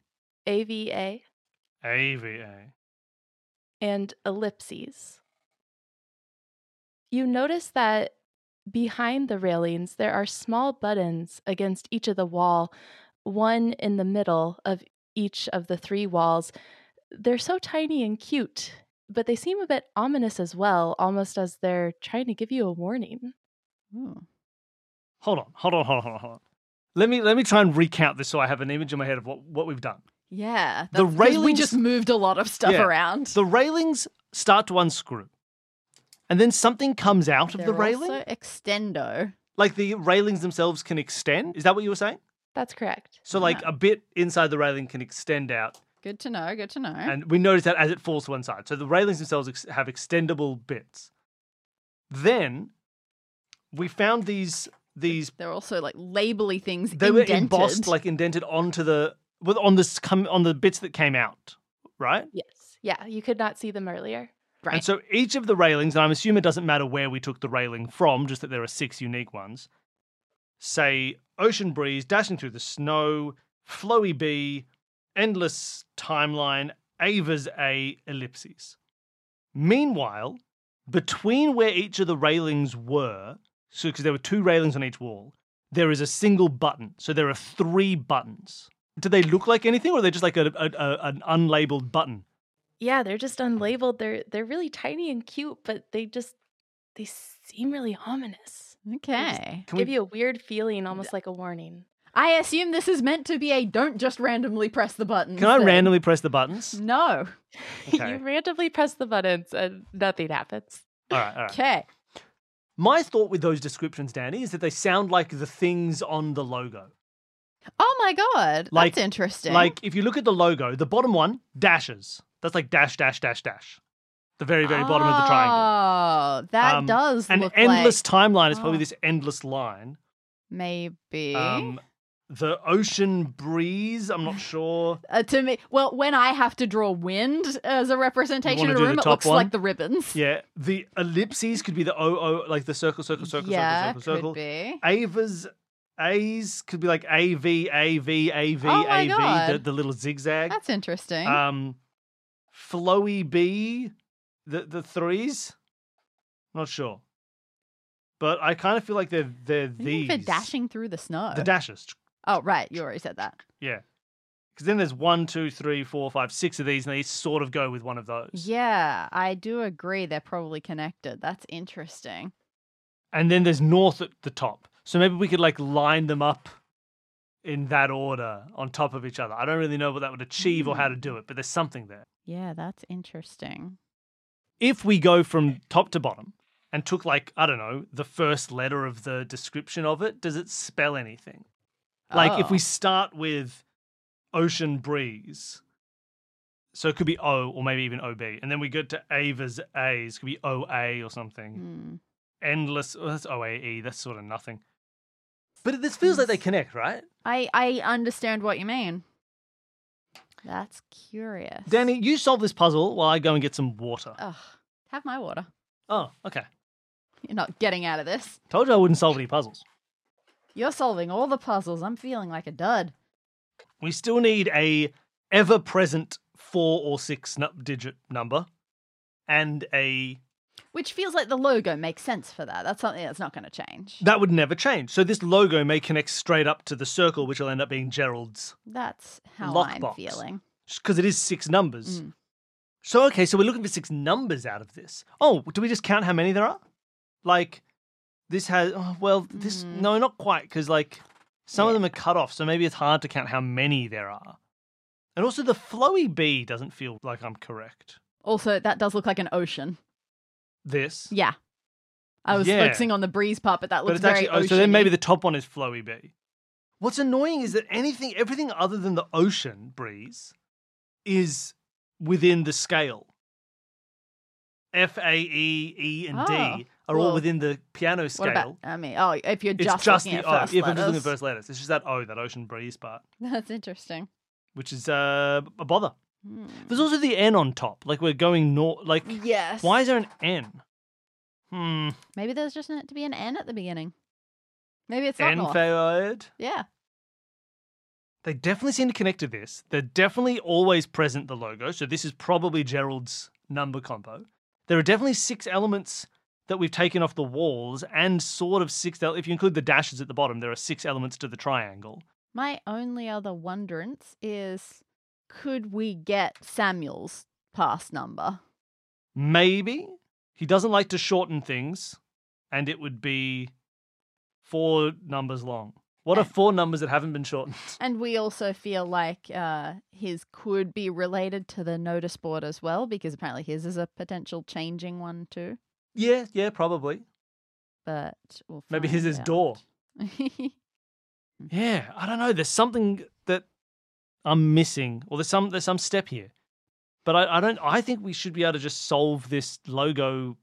C: AVA,
A: AVA.
C: and ellipses. You notice that behind the railings, there are small buttons against each of the wall, one in the middle of each of the three walls. They're so tiny and cute, but they seem a bit ominous as well, almost as they're trying to give you a warning.
B: Ooh.
A: Hold on, hold on, hold on, hold on. Let me let me try and recount this so I have an image in my head of what, what we've done.
B: Yeah.
A: The
B: that's 'cause We
A: railings-
B: just moved a lot of stuff
A: Yeah.
B: around.
A: The railings start to unscrew. And then something comes out of the
B: They're
A: railing?
B: Also extendo.
A: Like the railings themselves can extend. Is that what you were saying?
C: That's correct.
A: So like
B: Yeah.
A: a bit inside the railing can extend out.
B: Good to know. Good to know.
A: And we notice that as it falls to one side. So the railings themselves ex- have extendable bits. Then we found these these
B: They're also like labely things
A: they
B: indented.
A: were embossed like indented onto the with on this come on the bits that came out, right?
C: Yes. Yeah, you could not see them earlier.
A: And
B: right.
A: so each of the railings, and I'm assuming it doesn't matter where we took the railing from, just that there are six unique ones. Say ocean breeze dashing through the snow, flowy bee, endless timeline, Ava's A ellipses. Meanwhile, between where each of the railings were, so because there were two railings on each wall, there is a single button. So there are three buttons. Do they look like anything, or are they just like a, a, a, an unlabeled button?
C: Yeah, they're just unlabeled. They're they're really tiny and cute, but they just they seem really ominous.
B: okay.
A: Can
C: give
A: we-
C: you a weird feeling, almost like a warning.
B: I assume this is meant to be a don't just randomly press the buttons.
A: Can I
B: thing.
A: randomly press the buttons?
B: No.
A: Okay.
C: you randomly press the buttons and nothing happens.
A: All right, all right.
B: Okay.
A: My thought with those descriptions, Danny, is that they sound like the things on the logo.
B: Oh my god.
A: Like-
B: That's interesting.
A: Like if you look at the logo, the bottom one dashes. That's like dash dash dash dash. The very very bottom of the triangle.
B: Oh, that
A: Um,
B: does
A: An
B: look
A: endless
B: like
A: timeline is probably
B: Oh.
A: this endless line.
B: maybe.
A: Um, the ocean breeze. I'm not sure.
B: Uh, to me, well, when I have to draw wind as a representation
A: wanna
B: in a
A: do the
B: room, it
A: top
B: looks
A: one?
B: like the ribbons.
A: Yeah, the ellipses could be the o o like the circle circle circle
B: Yeah,
A: circle
B: could
A: circle circle.
B: be.
A: Ava's A's could be like A V A V A V
B: Oh my
A: A V. The,
B: God.
A: the little zigzag.
B: That's interesting.
A: Um, flowy B, the the threes. Not sure, but I kind of feel like they're they're
B: What do you
A: these
B: mean for dashing through the snow.
A: the dashes.
B: oh, right. You already said that.
A: Yeah, because then there's one, two, three, four, five, six of these, and they sort of go with one of those.
B: Yeah, I do agree. They're probably connected. That's interesting.
A: and then there's north at the top. So maybe we could like line them up in that order on top of each other. I don't really know what that would achieve or how to
B: Hmm.
A: do it, but there's something there.
B: Yeah, that's interesting.
A: if we go from top to bottom and took like i don't know the first letter of the description of it does it spell anything like if we
B: Oh.
A: start with ocean breeze so it could be o or maybe even ob and then we get to ava's a's could be oa or something
B: Hmm.
A: endless oh, that's oae that's sort of nothing but this feels like they connect right
B: I I understand what you mean. That's curious.
A: danny you solve this puzzle while i go and get some water
B: Ugh, have my water.
A: oh okay
B: You're not getting out of this.
A: told you i wouldn't solve any puzzles
B: You're solving all the puzzles. I'm feeling like a dud.
A: We still need a ever-present four or six nu- digit number, and a
B: Which feels like the logo makes sense for that. That's something that's not going to change.
A: that would never change. So this logo may connect straight up to the circle, which will end up being Gerald's,
B: That's how I'm
A: Lockbox.
B: feeling.
A: because it is six numbers.
B: Mm.
A: So okay, so we're looking for six numbers out of this. Oh, do we just count how many there are? Like this has oh, well this
B: Mm.
A: no not quite because like some of
B: Yeah.
A: them are cut off, so maybe it's hard to count how many there are. And also the flowy B doesn't feel like I'm correct.
B: Also, that does look like an ocean.
A: This.
B: Yeah. I was
A: Yeah.
B: focusing on the breeze part, but that
A: But
B: looks
A: it's
B: very
A: actually oh, so then maybe
B: oceany.
A: the top one is flowy B. What's annoying is that anything, everything other than the ocean breeze, is within the scale. F A E E and
B: Oh,
A: D are all
B: well,
A: within the piano scale.
B: What about? I mean, oh, if you're
A: it's
B: just,
A: just,
B: looking
A: the
B: at
A: O.
B: first
A: Yeah, if it's looking at
B: letters.
A: first letters, it's just that O, that ocean breeze part,
B: That's interesting.
A: which is uh, a bother.
B: Hmm.
A: There's also the N on top. Like we're going north. Like
B: Yes.
A: why is there an N? Hmm.
B: Maybe there's just meant to be an N at the beginning. Maybe it's not north.
A: Enfeoid.
B: yeah.
A: They definitely seem to connect to this. They're definitely always present, the logo. So this is probably Gerald's number combo. There are definitely six elements that we've taken off the walls and sort of six. ele- If you include the dashes at the bottom, there are six elements to the triangle.
B: My only other wonderance is could we get Samuel's pass number?
A: Maybe he doesn't like to shorten things, and it would be four numbers long. What
B: Eh.
A: are four numbers that haven't been shortened?
B: And we also feel like uh, his could be related to the notice board as well, because apparently his is a potential changing one too.
A: yeah, yeah, probably.
B: But we'll
A: Maybe his
B: find
A: is
B: out.
A: door. Yeah, I don't know. There's something that I'm missing, or there's some there's some step here. But I, I don't. I think we should be able to just solve this logo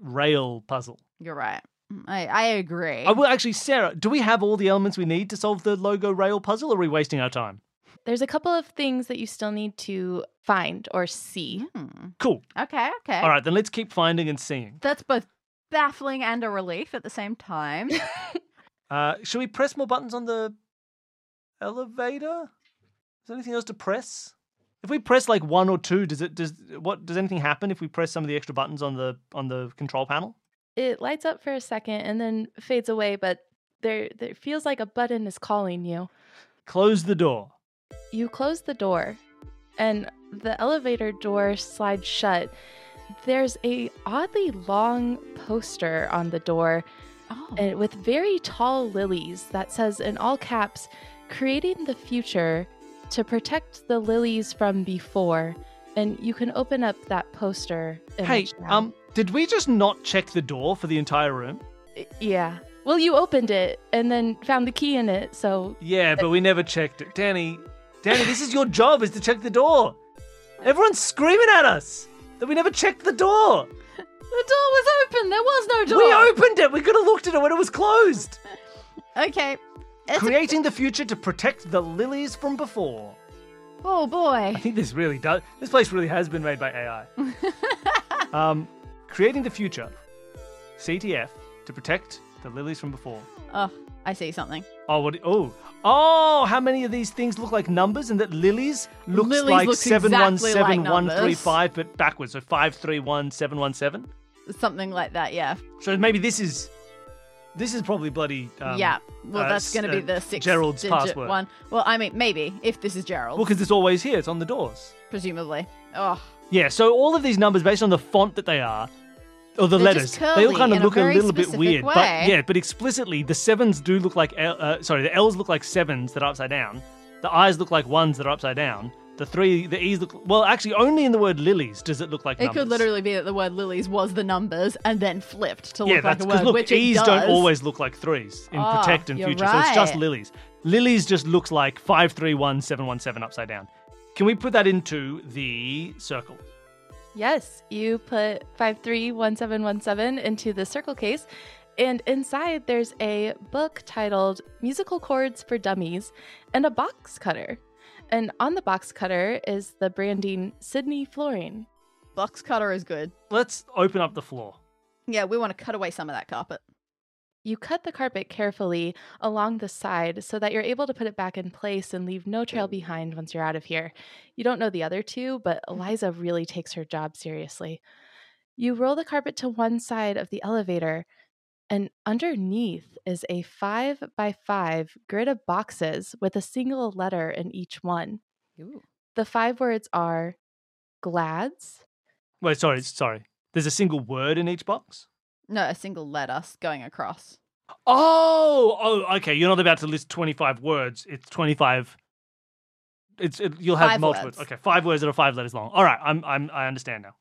A: rail puzzle.
B: You're right. Mm, I, I agree.
A: I will actually, Sarah. Do we have all the elements we need to solve the logo rail puzzle? Or are we wasting our time?
C: There's a couple of things that you still need to find or
A: Mm-hmm.
C: see.
B: Hmm.
A: Cool.
B: Okay, okay.
A: All right, then let's keep finding and seeing.
B: That's both baffling and a relief at the same time.
A: Uh, should we press more buttons on the elevator? Is there anything else to press? If we press like one or two, does it does what does anything happen if we press some of the extra buttons on the on the control panel?
C: It lights up for a second and then fades away, but there, there feels like a button is calling you.
A: Close the door.
C: You close the door and the elevator door slides shut. There's a oddly long poster on the door
B: oh.
C: and with very tall lilies that says in all caps, creating the future to protect the lilies from before. And you can open up that poster.
A: Hey,
C: image now.
A: um, did we just not check the door for the entire room?
C: Y- yeah. Well, you opened it and then found the key in it, so
A: Yeah, but we never checked it. Danny, Danny, this is your job is to check the door. Everyone's screaming at us that we never checked the door.
B: The door was open. There was no door.
A: We opened it. We could have looked at it when it was closed.
B: okay. It's a-
A: Creating the future to protect the lilies from before.
B: oh boy.
A: I think this really does. This place really has been made by AI. um, creating the future, CTF, to protect the lilies from before.
B: Oh, I see something.
A: Oh, what? Oh, oh! How many of these things look like numbers, and that lilies looks
B: Lilies
A: like
B: looks
A: seven one
B: exactly
A: seven
B: like
A: one three
B: numbers.
A: five, but backwards, so five three one seven one seven.
B: Something like that. Yeah.
A: So maybe this is, this is probably bloody. Um,
B: yeah. Well,
A: uh,
B: that's going to
A: s-
B: be
A: uh,
B: the six
A: Gerald's
B: digit
A: password.
B: one. Well, I mean, maybe if this is Gerald,
A: Well, because it's always here. It's on the doors.
B: presumably. Oh,
A: Yeah. So all of these numbers, based on the font that they are, or the
B: They're
A: letters,
B: just
A: they all
B: curly
A: kind of
B: in a
A: look a,
B: very
A: little bit
B: specific
A: weird.
B: way.
A: But yeah, but explicitly, the sevens do look like. L, uh, sorry, the L's look like sevens that are upside down. The I's look like ones that are upside down. The three, the E's look. Well, actually, only in the word lilies does it look like.
B: it
A: numbers.
B: could literally be that the word lilies was the numbers and then flipped to
A: Yeah,
B: look like
A: that's
B: a
A: because
B: word,
A: look,
B: which it
A: E's
B: does.
A: don't always look like threes in
B: Ah,
A: protect and
B: you're
A: future, so it's just
B: right.
A: lilies. Lilies just looks like five three one seven one seven upside down. Can we put that into the circle?
C: Yes, you put 531717 into the circle case, and inside there's a book titled Musical Chords for Dummies and a box cutter. And on the box cutter is the branding Sydney Flooring.
B: Box cutter is good.
A: Let's open up the floor.
B: Yeah, we want to cut away some of that carpet.
C: You cut the carpet carefully along the side so that you're able to put it back in place and leave no trail behind once you're out of here. You don't know the other two, but Eliza really takes her job seriously. You roll the carpet to one side of the elevator, and underneath is a five by five grid of boxes with a single letter in each one. The five words are GLADS,
A: Wait, sorry, sorry. There's a single word in each box.
B: No, a single letter going across.
A: Oh, oh, okay. You're not about to list 25 words. It's 25. It's it, you'll have
B: Five
A: multiple.
B: words.
A: Okay, five words that are five letters long. All right, I'm I'm I understand now.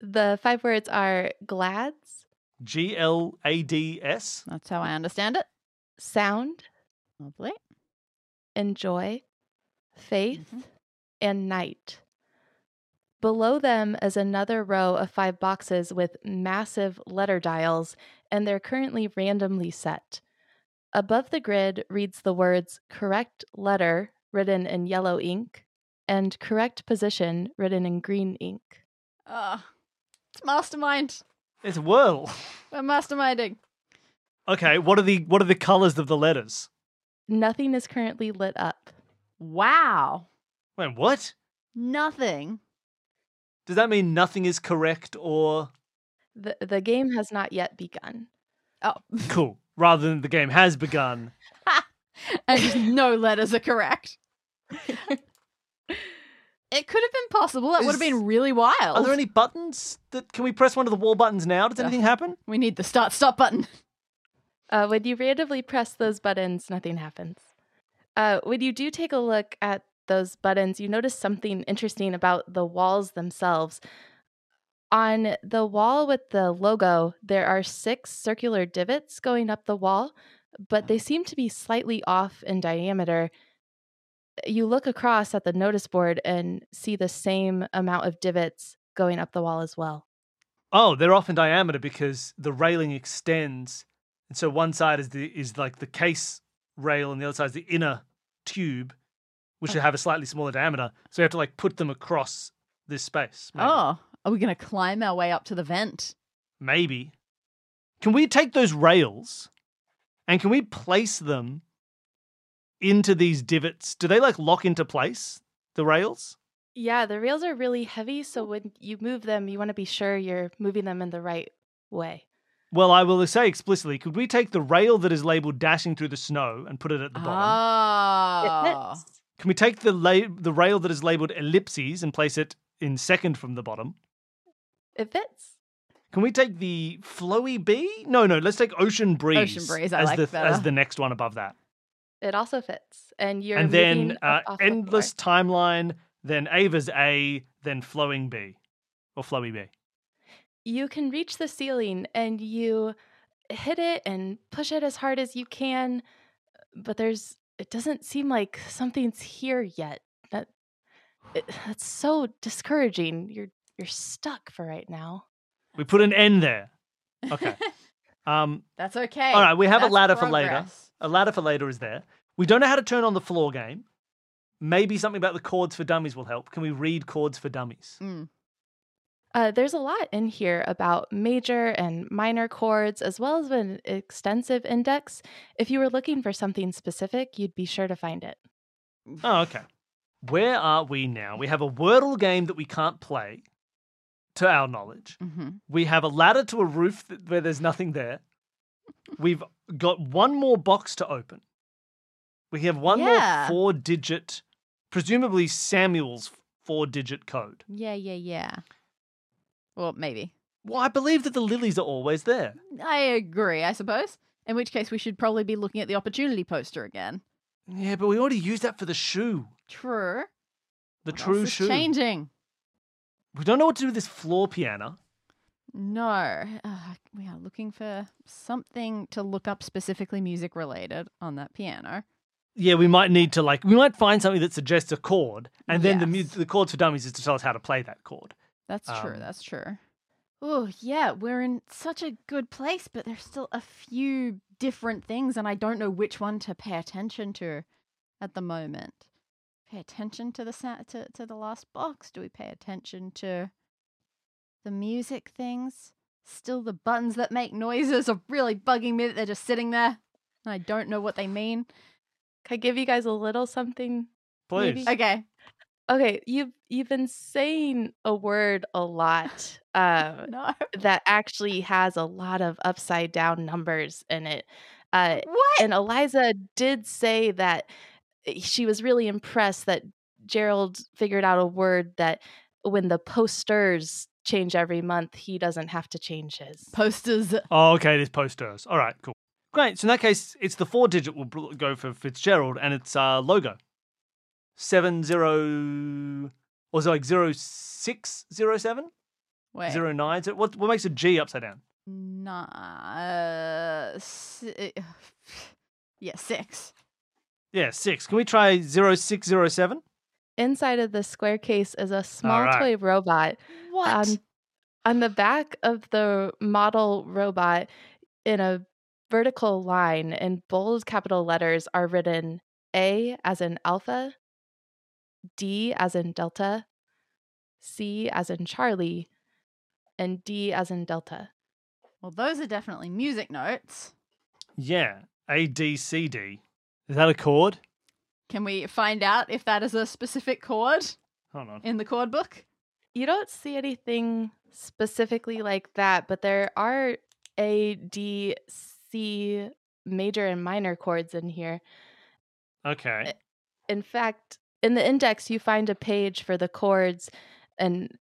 C: the five words are GLADS,
A: G L A D S.
B: That's how I understand it.
C: sound,
B: Lovely.
C: and joy, faith,
B: Mhm.
C: and night. Below them is another row of five boxes with massive letter dials, and they're currently randomly set. Above the grid reads the words correct letter written in yellow ink and correct position written in green ink.
B: Ah, it's mastermind.
A: It's whirl.
B: We're masterminding.
A: Okay, what are the what are the colors of the letters?
C: Nothing is currently lit up.
B: Wow.
A: Wait, what?
B: Nothing.
A: Does that mean nothing is correct or
C: The, the game has not yet begun.
B: Oh,
A: cool? Rather than the game has begun.
B: and just no letters are correct. it could have been possible. That would have
A: Is-
B: been really wild.
A: Are there any buttons that can we press one of the wall buttons now? Does
B: Yeah.
A: anything happen?
B: We need the start stop button.
C: Uh, when you randomly press those buttons, nothing happens. Uh, when you do take a look at those buttons, you notice something interesting about the walls themselves. On the wall with the logo, there are six circular divots going up the wall, but they seem to be slightly off in diameter. You look across at the notice board and see the same amount of divots going up the wall as well.
A: Oh, they're off in diameter because the railing extends, and so one side is the is like the case rail, and the other side is the inner tube, which should have a slightly smaller diameter. So you have to like put them across this space. maybe.
B: Oh, are we going to climb our way up to the vent?
A: maybe. Can we take those rails, and can we place them into these divots? Do they like lock into place the rails?
C: Yeah, the rails are really heavy, so when you move them, you want to be sure you're moving them in the right way.
A: Well, I will say explicitly, could we take the rail that is labeled dashing through the snow and put it at the bottom?
B: Ah.
A: Can we take the la- the rail that is labeled ellipses and place it in second from the bottom?
C: It fits.
A: Can we take the flowy bee? No, no. Let's take ocean breeze.
B: Breeze, I
A: as
B: like
A: the
B: better.
A: as the next one above that,
C: It also fits. And you're
A: and
C: moving
A: then uh,
C: up off the floor.
A: endless timeline. Then Ava's A. Then flowing bee, or flowy bee.
C: you can reach the ceiling and you hit it and push it as hard as you can, but there's it doesn't seem like something's here yet. That it, that's so discouraging. You're you're stuck for right now.
A: We put an N there. Okay. Um,
B: That's okay.
A: All right, we have a
B: That's
A: ladder for later.
B: progress.
A: A ladder for later is there. We don't know how to turn on the floor game. Maybe something about the chords for dummies will help. Can we read chords for dummies?
B: Mm.
C: Uh, there's a lot in here about major and minor chords, as well as an extensive index. If you were looking for something specific, you'd be sure to find it.
A: Oh, okay. Where are we now? We have a Wordle game that we can't play, to our knowledge.
B: Mhm.
A: We have a ladder to a roof that, where there's nothing there. We've got one more box to open. We have one
B: Yeah.
A: more four digit, presumably Samuel's four digit code.
B: Yeah, yeah, yeah. Well, maybe.
A: Well, I believe that the lilies are always there.
B: I agree, I suppose. In which case, we should probably be looking at the opportunity poster again.
A: Yeah, but we already used that for the shoe.
B: True.
A: The
B: What else
A: true
B: is
A: shoe.
B: Changing.
A: We don't know what to do with this floor piano.
B: No, uh, we are looking for something to look up specifically music related on that piano.
A: Yeah, we might need to like we might find something that suggests a chord, and then the mu-
B: Yes.
A: the chords for dummies is to tell us how to play that chord.
B: That's true.
A: Um,
B: That's true. Oh, yeah, we're in such a good place, but there's still a few different things, and I don't know which one to pay attention to at the moment. Pay attention to the sa- to, to the last box. Do we pay attention to the music things? Still, the buttons that make noises are really bugging me that they're just sitting there, and I don't know what they mean.
C: Can I give you guys a little something?
A: Please.
C: Maybe.
B: Okay.
C: Okay, you've you've been saying a word a lot uh,
B: No.
C: that actually has a lot of upside down numbers in it. Uh,
B: What?
C: and Eliza did say that eh, she was really impressed that Gerald figured out a word that when the posters change every month, he doesn't have to change his.
B: Posters.
A: Oh, okay, there's posters. All right, cool. Great. So in that case, it's the four digit will br- go for Fitzgerald, and it's uh, logo seven zero or is it like zero six zero seven
B: Wait.
A: zero nine. So what what makes a G upside down?
B: Nah. Uh, si- yeah, six.
A: Yeah, six. Can we try zero six zero seven?
C: Inside of the square case is a small
A: right.
C: toy robot
B: What?
C: On, on the back of the model robot, in a vertical line in bold capital letters, are written A as in alpha, D as in delta, C as in Charlie, and D as in delta.
B: Well, those are definitely music notes.
A: Yeah. A D C D. Is that a chord?
B: Can we find out if that is a specific chord
A: Hold on.
B: in the chord book?
C: You don't see anything specifically like that, but there are A, D, C major and minor chords in here.
A: Okay.
C: In fact, in the index, you find a page for the chords and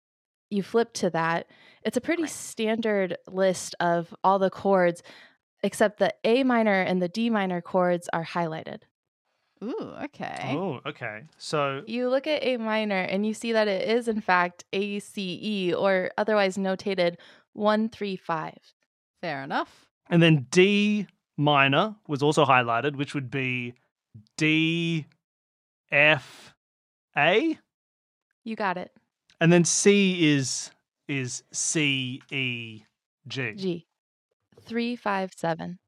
C: you flip to that. It's a pretty standard list of all the chords, except the A minor and the D minor chords are highlighted.
B: Ooh, okay.
A: Oh, okay. So
C: You look at A minor and you see that it is, in fact, A, C, E, or otherwise notated 135.
B: Fair enough.
A: and then D minor was also highlighted, which would be D F A.
C: You got it.
A: And then C is is C E G.
C: G. 357.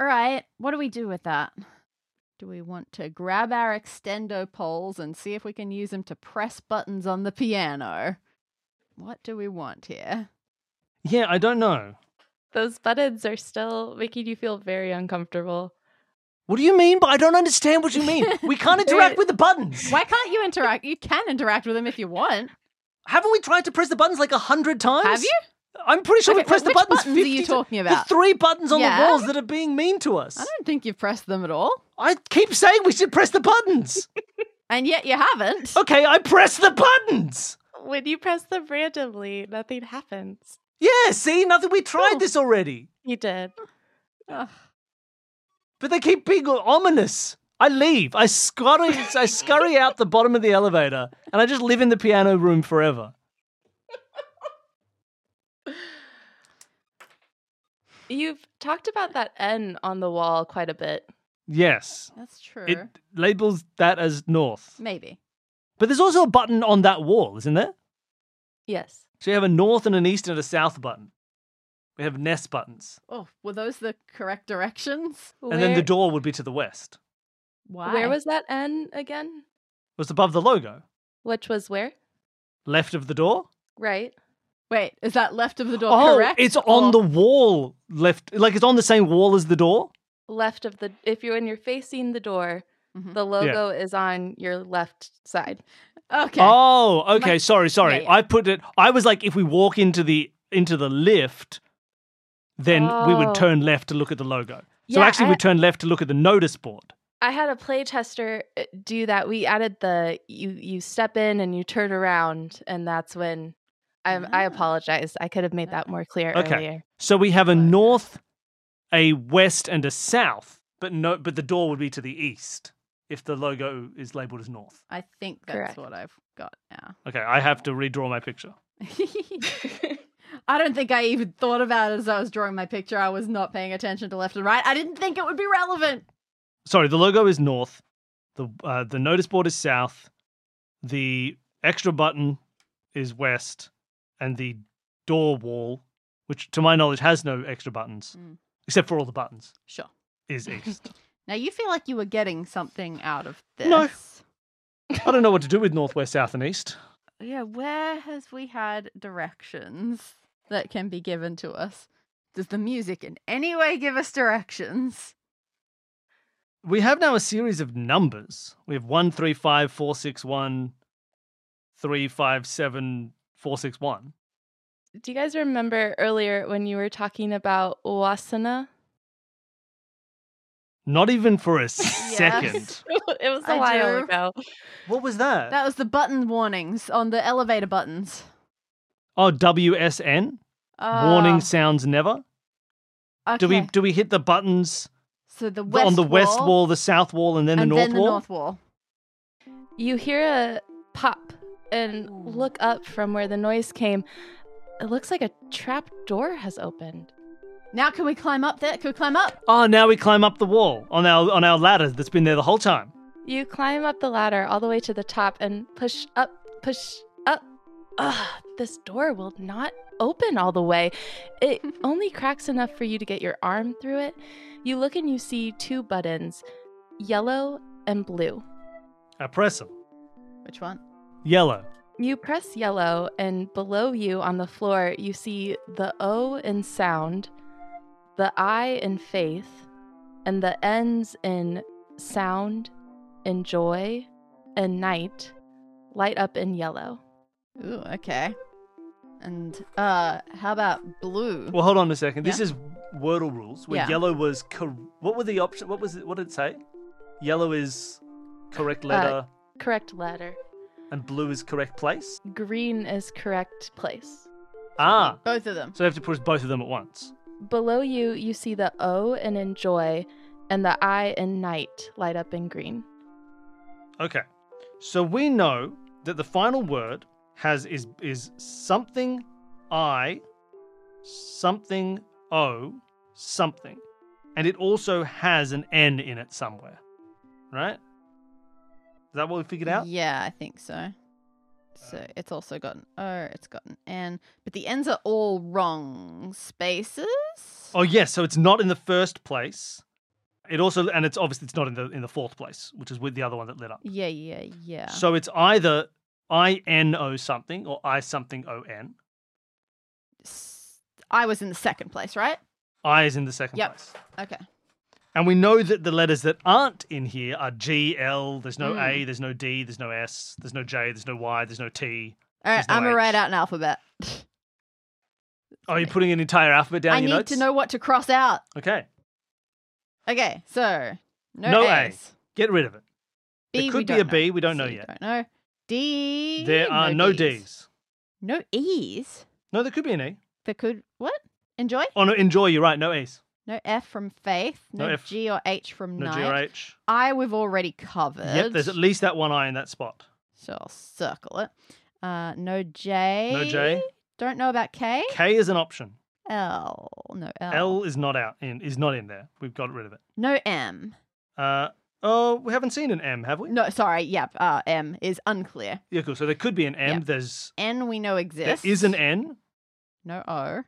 B: All right, what do we do with that? Do we want to grab our extendo poles and see if we can use them to press buttons on the piano? What do we want here?
A: Yeah, I don't know.
C: Those buttons are still making you feel very uncomfortable.
A: What do you mean? But I don't understand what you mean. We can't interact with the buttons.
B: Why can't you interact? You can interact with them if you want.
A: Haven't we tried to press the buttons like a hundred times?
B: Have you?
A: I'm pretty sure
B: Okay,
A: we pressed
B: which
A: the buttons.
B: buttons are
A: 50
B: you
A: ti-
B: talking
A: The
B: about?
A: three buttons on the
B: Yeah?
A: walls that are being mean to us.
B: I don't think you've pressed them at all.
A: I keep saying we should press the buttons.
B: And yet you haven't.
A: okay, I press the buttons.
C: When you press them randomly, nothing happens.
A: Yeah, see, nothing. We
B: Oh.
A: tried this already,
C: You did.
B: Ugh.
A: but they keep being ominous. I leave. I scurry. I scurry out the bottom of the elevator, and I just live in the piano room forever.
C: You've talked about that N on the wall quite a bit.
A: Yes,
B: That's true.
A: it labels that as north,
B: Maybe.
A: but there's also a button on that wall, isn't there?
C: Yes.
A: So you have a north and an east and a south button. We have nest buttons,
B: Oh, were those the correct directions?
A: and then the door would be to the west.
B: Why?
C: Where was that N again?
A: It was above the logo,
C: Which was where?
A: left of the door.
C: Right.
B: Wait, is that left of the door
A: oh,
B: correct?
A: it's on
B: or-
A: the wall left, like it's on the same wall as the door.
C: Left of the if you're when you're facing the door,
A: Mm-hmm.
B: Mhm.
C: the logo is on your left side.
B: Okay.
A: Oh, okay.
B: Like-
A: sorry, sorry.
B: yeah, yeah.
A: I put it. I was like, if we walk into the into the lift, then we
C: Oh.
A: would turn left to look at the logo. So
C: Yeah,
A: actually,
C: I-
A: we turn left to look at the notice board.
C: I had a playtester uh, do that. We added the you you step in and you turn around, and that's when. I, I
B: Ah.
C: apologize. I could have made that more clear
A: Okay.
C: earlier.
A: So we have a
B: Okay.
A: north, a west, and a south. But no, but the door would be to the east if the logo is labeled as north.
B: I think that's
C: Correct.
B: what I've got now.
A: Okay, I have to redraw my picture.
B: I don't think I even thought about it as I was drawing my picture. I was not paying attention to left and right. I didn't think it would be relevant.
A: Sorry, the logo is north. The uh, the notice board is south. The extra button is west, and the door wall, which to my knowledge has no extra buttons
B: Mm.
A: except for all the buttons,
B: Sure.
A: is east.
B: Now you feel like you were getting something out of this.
A: No. I don't know what to do with north, west, south, and east.
B: Yeah, where has we had directions that can be given to us? Does the music in any way give us directions?
A: We have now a series of numbers. We have one, three, five, four, six, one, three, five, seven, four, six, one.
C: Do you guys remember earlier when you were talking about wasana?
A: Not even for a second.
C: it was a
B: I
C: while
B: do.
C: ago.
A: What was
B: That was the button warnings on the elevator buttons.
A: oh, WSN.
B: Uh,
A: Warning sounds never.
B: Ah, Okay.
A: Do we do we hit the buttons
B: so the
A: th-
B: west
A: on the west wall, the south wall, and then the
B: and
A: north
B: then the
A: wall?
B: north wall?
C: You hear a pop and look up from where the noise came. It looks like a trap door has opened.
B: Now can we climb up there? Can we climb up?
A: Oh, now we climb up the wall on our on our ladder that's been there the whole time.
C: You climb up the ladder all the way to the top and push up, push up. Ugh, this door will not open all the way. It only cracks enough for you to get your arm through it. You look and you see two buttons yellow and blue.
A: I press them.
B: Which one?
A: Yellow.
C: You press yellow, and below you on the floor, you see the O in sound, the I in faith, and the N's in sound, in joy, and night light up in yellow.
B: Ooh, okay. And uh, how about blue?
A: Well, hold on a second. This is Wordle rules where
B: Yeah.
A: yellow was cor- what were the option? What was it? What did it say? Yellow is
B: Uh,
A: correct letter
C: Correct letter.
A: and blue is correct place.
C: Green is correct place.
A: Ah,
B: Both of them.
A: so you have to push both of them at once.
C: Below you, you see the O in enjoy and the I in night light up in green.
A: Okay. So we know that the final word has is is something I something O something. And it also has an N in it somewhere. Right? Is that what we figured out? Uh.
B: Yeah, I think so. So it's also got an O, it's got an N, but the N's are all wrong spaces.
A: Oh yes, so it's not in the first place. It also and it's obviously it's not in the in the fourth place, which is with the other one that lit up.
B: Yeah, yeah, yeah.
A: So it's either I N O something or I something O N.
B: S- I was in the second place, right?
A: I is in the second
B: Yep.
A: place.
B: Okay.
A: And we know that the letters that aren't in here are G, L, there's no
B: Mm.
A: A, there's no D, there's no S, there's no J, there's no Y, there's no T.
B: All right,
A: There's no
B: I'm gonna
A: H.
B: write out an alphabet.
A: Oh, you're putting an entire alphabet down
B: I
A: in
B: need
A: your notes?
B: to know what to cross out.
A: Okay,
B: Okay, so no,
A: No A.
B: A's.
A: get rid of it.
B: B,
A: There
B: we
A: could be
B: don't
A: a B, we don't
B: C,
A: know yet.
B: Don't know. D.
A: There are no, D's.
B: No E's.
A: No, there could be an E.
B: There could what? Enjoy.
A: Oh, no, enjoy, you're right, no E's.
B: No F from faith. No,
A: No F.
B: G or H from
A: No
B: night.
A: G or H.
B: I we've already covered.
A: Yep, there's at least that one I in that spot.
B: So I'll circle it. Uh, no J.
A: No J.
B: Don't know about K.
A: K is an option.
B: L. No L.
A: L is not out in is not in there. We've got rid of it.
B: No M.
A: Uh, oh, we haven't seen an M, have we?
B: No, sorry. Yep. Uh, M is unclear.
A: Yeah, cool. So there could be an M.
B: Yep.
A: There's
B: N we know exists.
A: there is an N.
B: No O.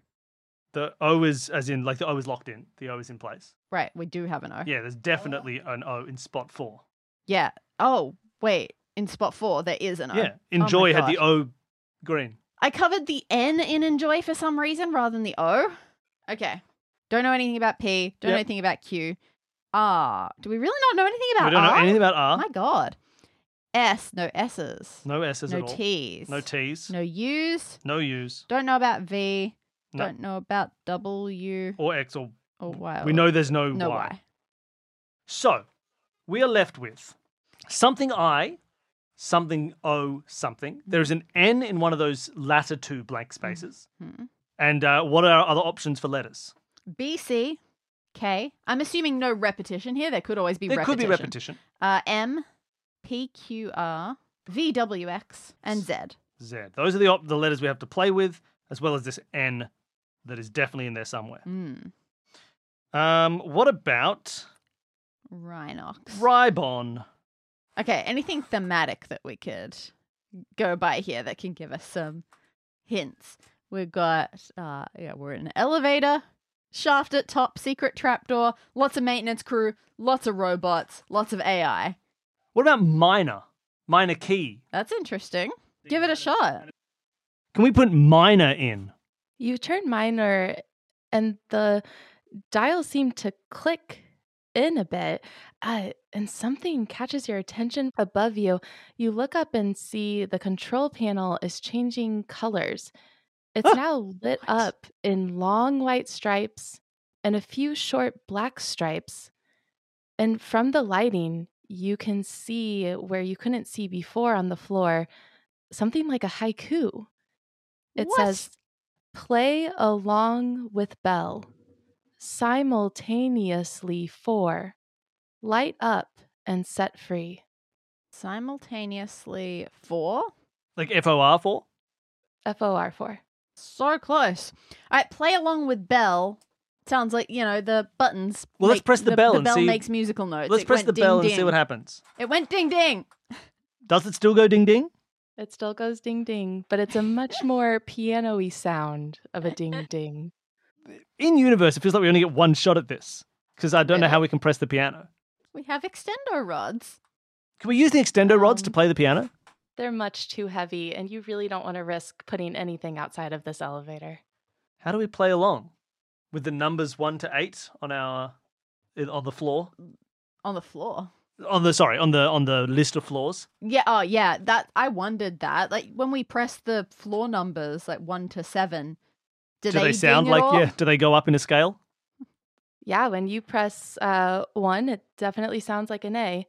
A: The O is as in like the O is locked in. The O is in place.
B: Right. We do have an O.
A: Yeah, there's definitely an O in spot four.
B: Yeah. Oh, wait. In spot four, there is an O.
A: Yeah, enjoy
B: Oh my
A: had the O green.
B: I covered the N in enjoy for some reason rather than the O. Okay. Don't know anything about P. Don't know
A: Yep.
B: anything about Q. R. Do we really not know anything about
A: we don't
B: R?
A: know anything about R.
B: My God. S. No S's.
A: No S's
B: no
A: at all.
B: T's.
A: No T's.
B: No U's.
A: No U's
B: Don't know about V.
A: No.
B: Don't know about W
A: or X or
B: or Y.
A: we
B: or-
A: know there's no,
B: Oh, no
A: y.
B: Y.
A: So we are left with something I, something O, something. There is an N in one of those latter two blank spaces.
B: Hmm. Hmm.
A: And uh, what are our other options for letters?
B: B C K. I'm assuming no repetition here. There could always be
A: there
B: repetition.
A: could be repetition.
B: Uh, M, P, Q, R, V, W, X, and Z.
A: Z. Those are the op- the letters we have to play with, as well as this N that is definitely in there somewhere.
B: Mm.
A: Um, what about
B: Rhinox.
A: ribon?
B: Okay, anything thematic that we could go by here that can give us some hints. We've got, uh, yeah, we're in an elevator, shaft at top, secret trapdoor, lots of maintenance crew, lots of robots, lots of AI.
A: What about minor? Minor key.
B: That's interesting. Give it a shot.
A: Can we put minor in?
C: You turn minor, and the dial seemed to click in a bit, uh, and something catches your attention above you. You look up and see the control panel is changing colors. It's
A: Ah!
C: now lit
A: What?
C: up in long white stripes and a few short black stripes. And from the lighting, you can see where you couldn't see before on the floor something like a haiku. It
B: What?
C: says, Play along with Bell. Simultaneously for. Light up and set free.
B: simultaneously four.
A: Like FOR for?
C: FOR for.
B: So close. All right, play along with bell. Sounds like you know the buttons.
A: Well, let's press the bell
B: The
A: and
B: bell
A: see-
B: makes musical notes.
A: Let's
B: Oh, It
A: press
B: went
A: the bell
B: ding,
A: and see what
B: ding.
A: happens.
B: It went ding ding.
A: Does it still go ding ding?
C: It still goes ding ding, but it's a much more piano y sound of a ding ding.
A: In universe, it feels like we only get one shot at this because I don't know
B: Really?
A: how we can press the piano.
B: We have extendo rods.
A: Can we use the extendo rods to
B: Um,
A: play the piano?
C: They're much too heavy, and you really don't want to risk putting anything outside of this elevator.
A: How do we play along with the numbers one to eight on our on the floor?
B: on the floor.
A: On the sorry, on the on the list of floors.
B: Yeah, oh yeah, that I wondered that. Like when we press the floor numbers, like one to seven, do,
A: do they,
B: ding
A: sound
B: at
A: like
B: all?
A: yeah? Do they go up in a scale?
C: Yeah, when you press uh, one, it definitely sounds like an A.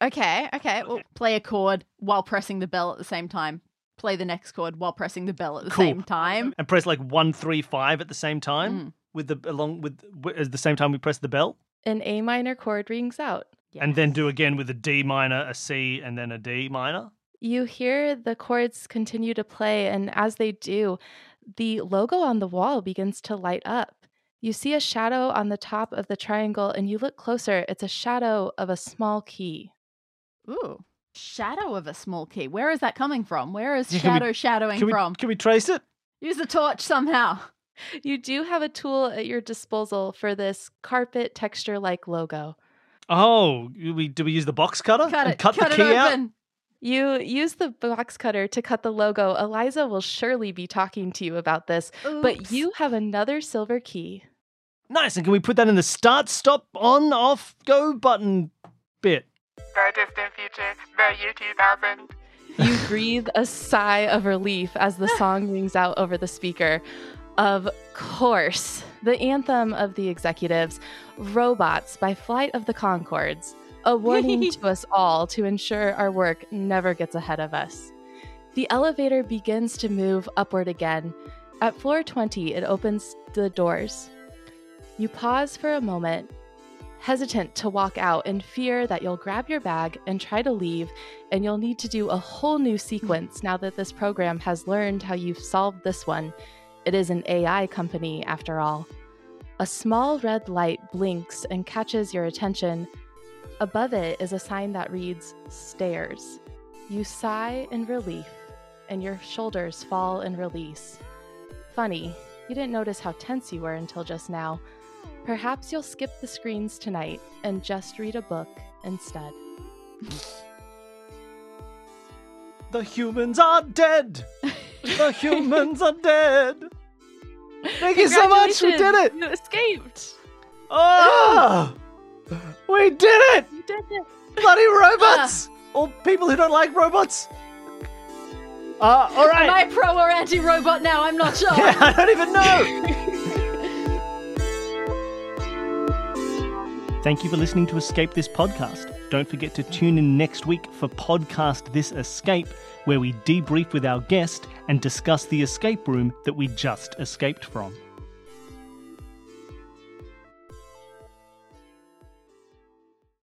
B: Okay, okay. Well, play a chord while pressing the bell at the same time. Play the next chord while pressing the bell at the
A: Cool.
B: same Mm. time.
A: And press like one, three, five at the same time with the along with w- at the same time we press the bell,
C: An A minor chord rings out.
A: and then
B: Yes.
A: do again with a D minor, a C, and then a D minor.
C: You hear the chords continue to play, and as they do, the logo on the wall begins to light up. You see a shadow on the top of the triangle, and you look closer. It's a shadow of a small key.
B: Ooh. Shadow of a small key. Where is that coming from? Where is
A: Yeah, can we-
B: shadow shadowing
A: Can we
B: from?
A: can we trace it?
B: Use the torch somehow.
C: You do have a tool at your disposal for this carpet texture like logo.
A: Oh, we do we use the box cutter
B: Cut
A: Oh, and
B: it.
A: cut,
B: cut
A: the
B: it
A: key
B: open.
A: out?
C: You use the box cutter to cut the logo. Eliza will surely be talking to you about this, but
B: Oops.
C: you have another silver key.
A: Nice. And can we put that in the start, stop, on, off, go button bit?
D: The distant future, the year 2000.
C: You breathe a sigh of relief as the song rings out over the speaker. Of course, the anthem of the executives, Robots by Flight of the Concords, a warning to us all to ensure our work never gets ahead of us. The elevator begins to move upward again. At floor 20, it opens the doors. You pause for a moment, hesitant to walk out in fear that you'll grab your bag and try to leave and you'll need to do a whole new sequence now that this program has learned how you've solved this one. It is an AI company, after all. A small red light blinks and catches your attention. Above it is a sign that reads Stairs. You sigh in relief, and your shoulders fall in release. Funny, you didn't notice how tense you were until just now. Perhaps you'll skip the screens tonight and just read a book instead.
A: The humans are dead. The humans are dead. Thank you so much. We did it.
C: Congratulations, You escaped.
A: Oh, we did it.
C: You did it. Ah.
A: Bloody robots. Or people who don't like robots. Uh, all right.
B: Am I pro or anti robot now? I'm not sure.
A: Yeah, I don't even know. Thank you for listening to Escape This Podcast. Don't forget to tune in next week for Podcast This Escape, where we debrief with our guest and discuss the escape room that we just escaped from.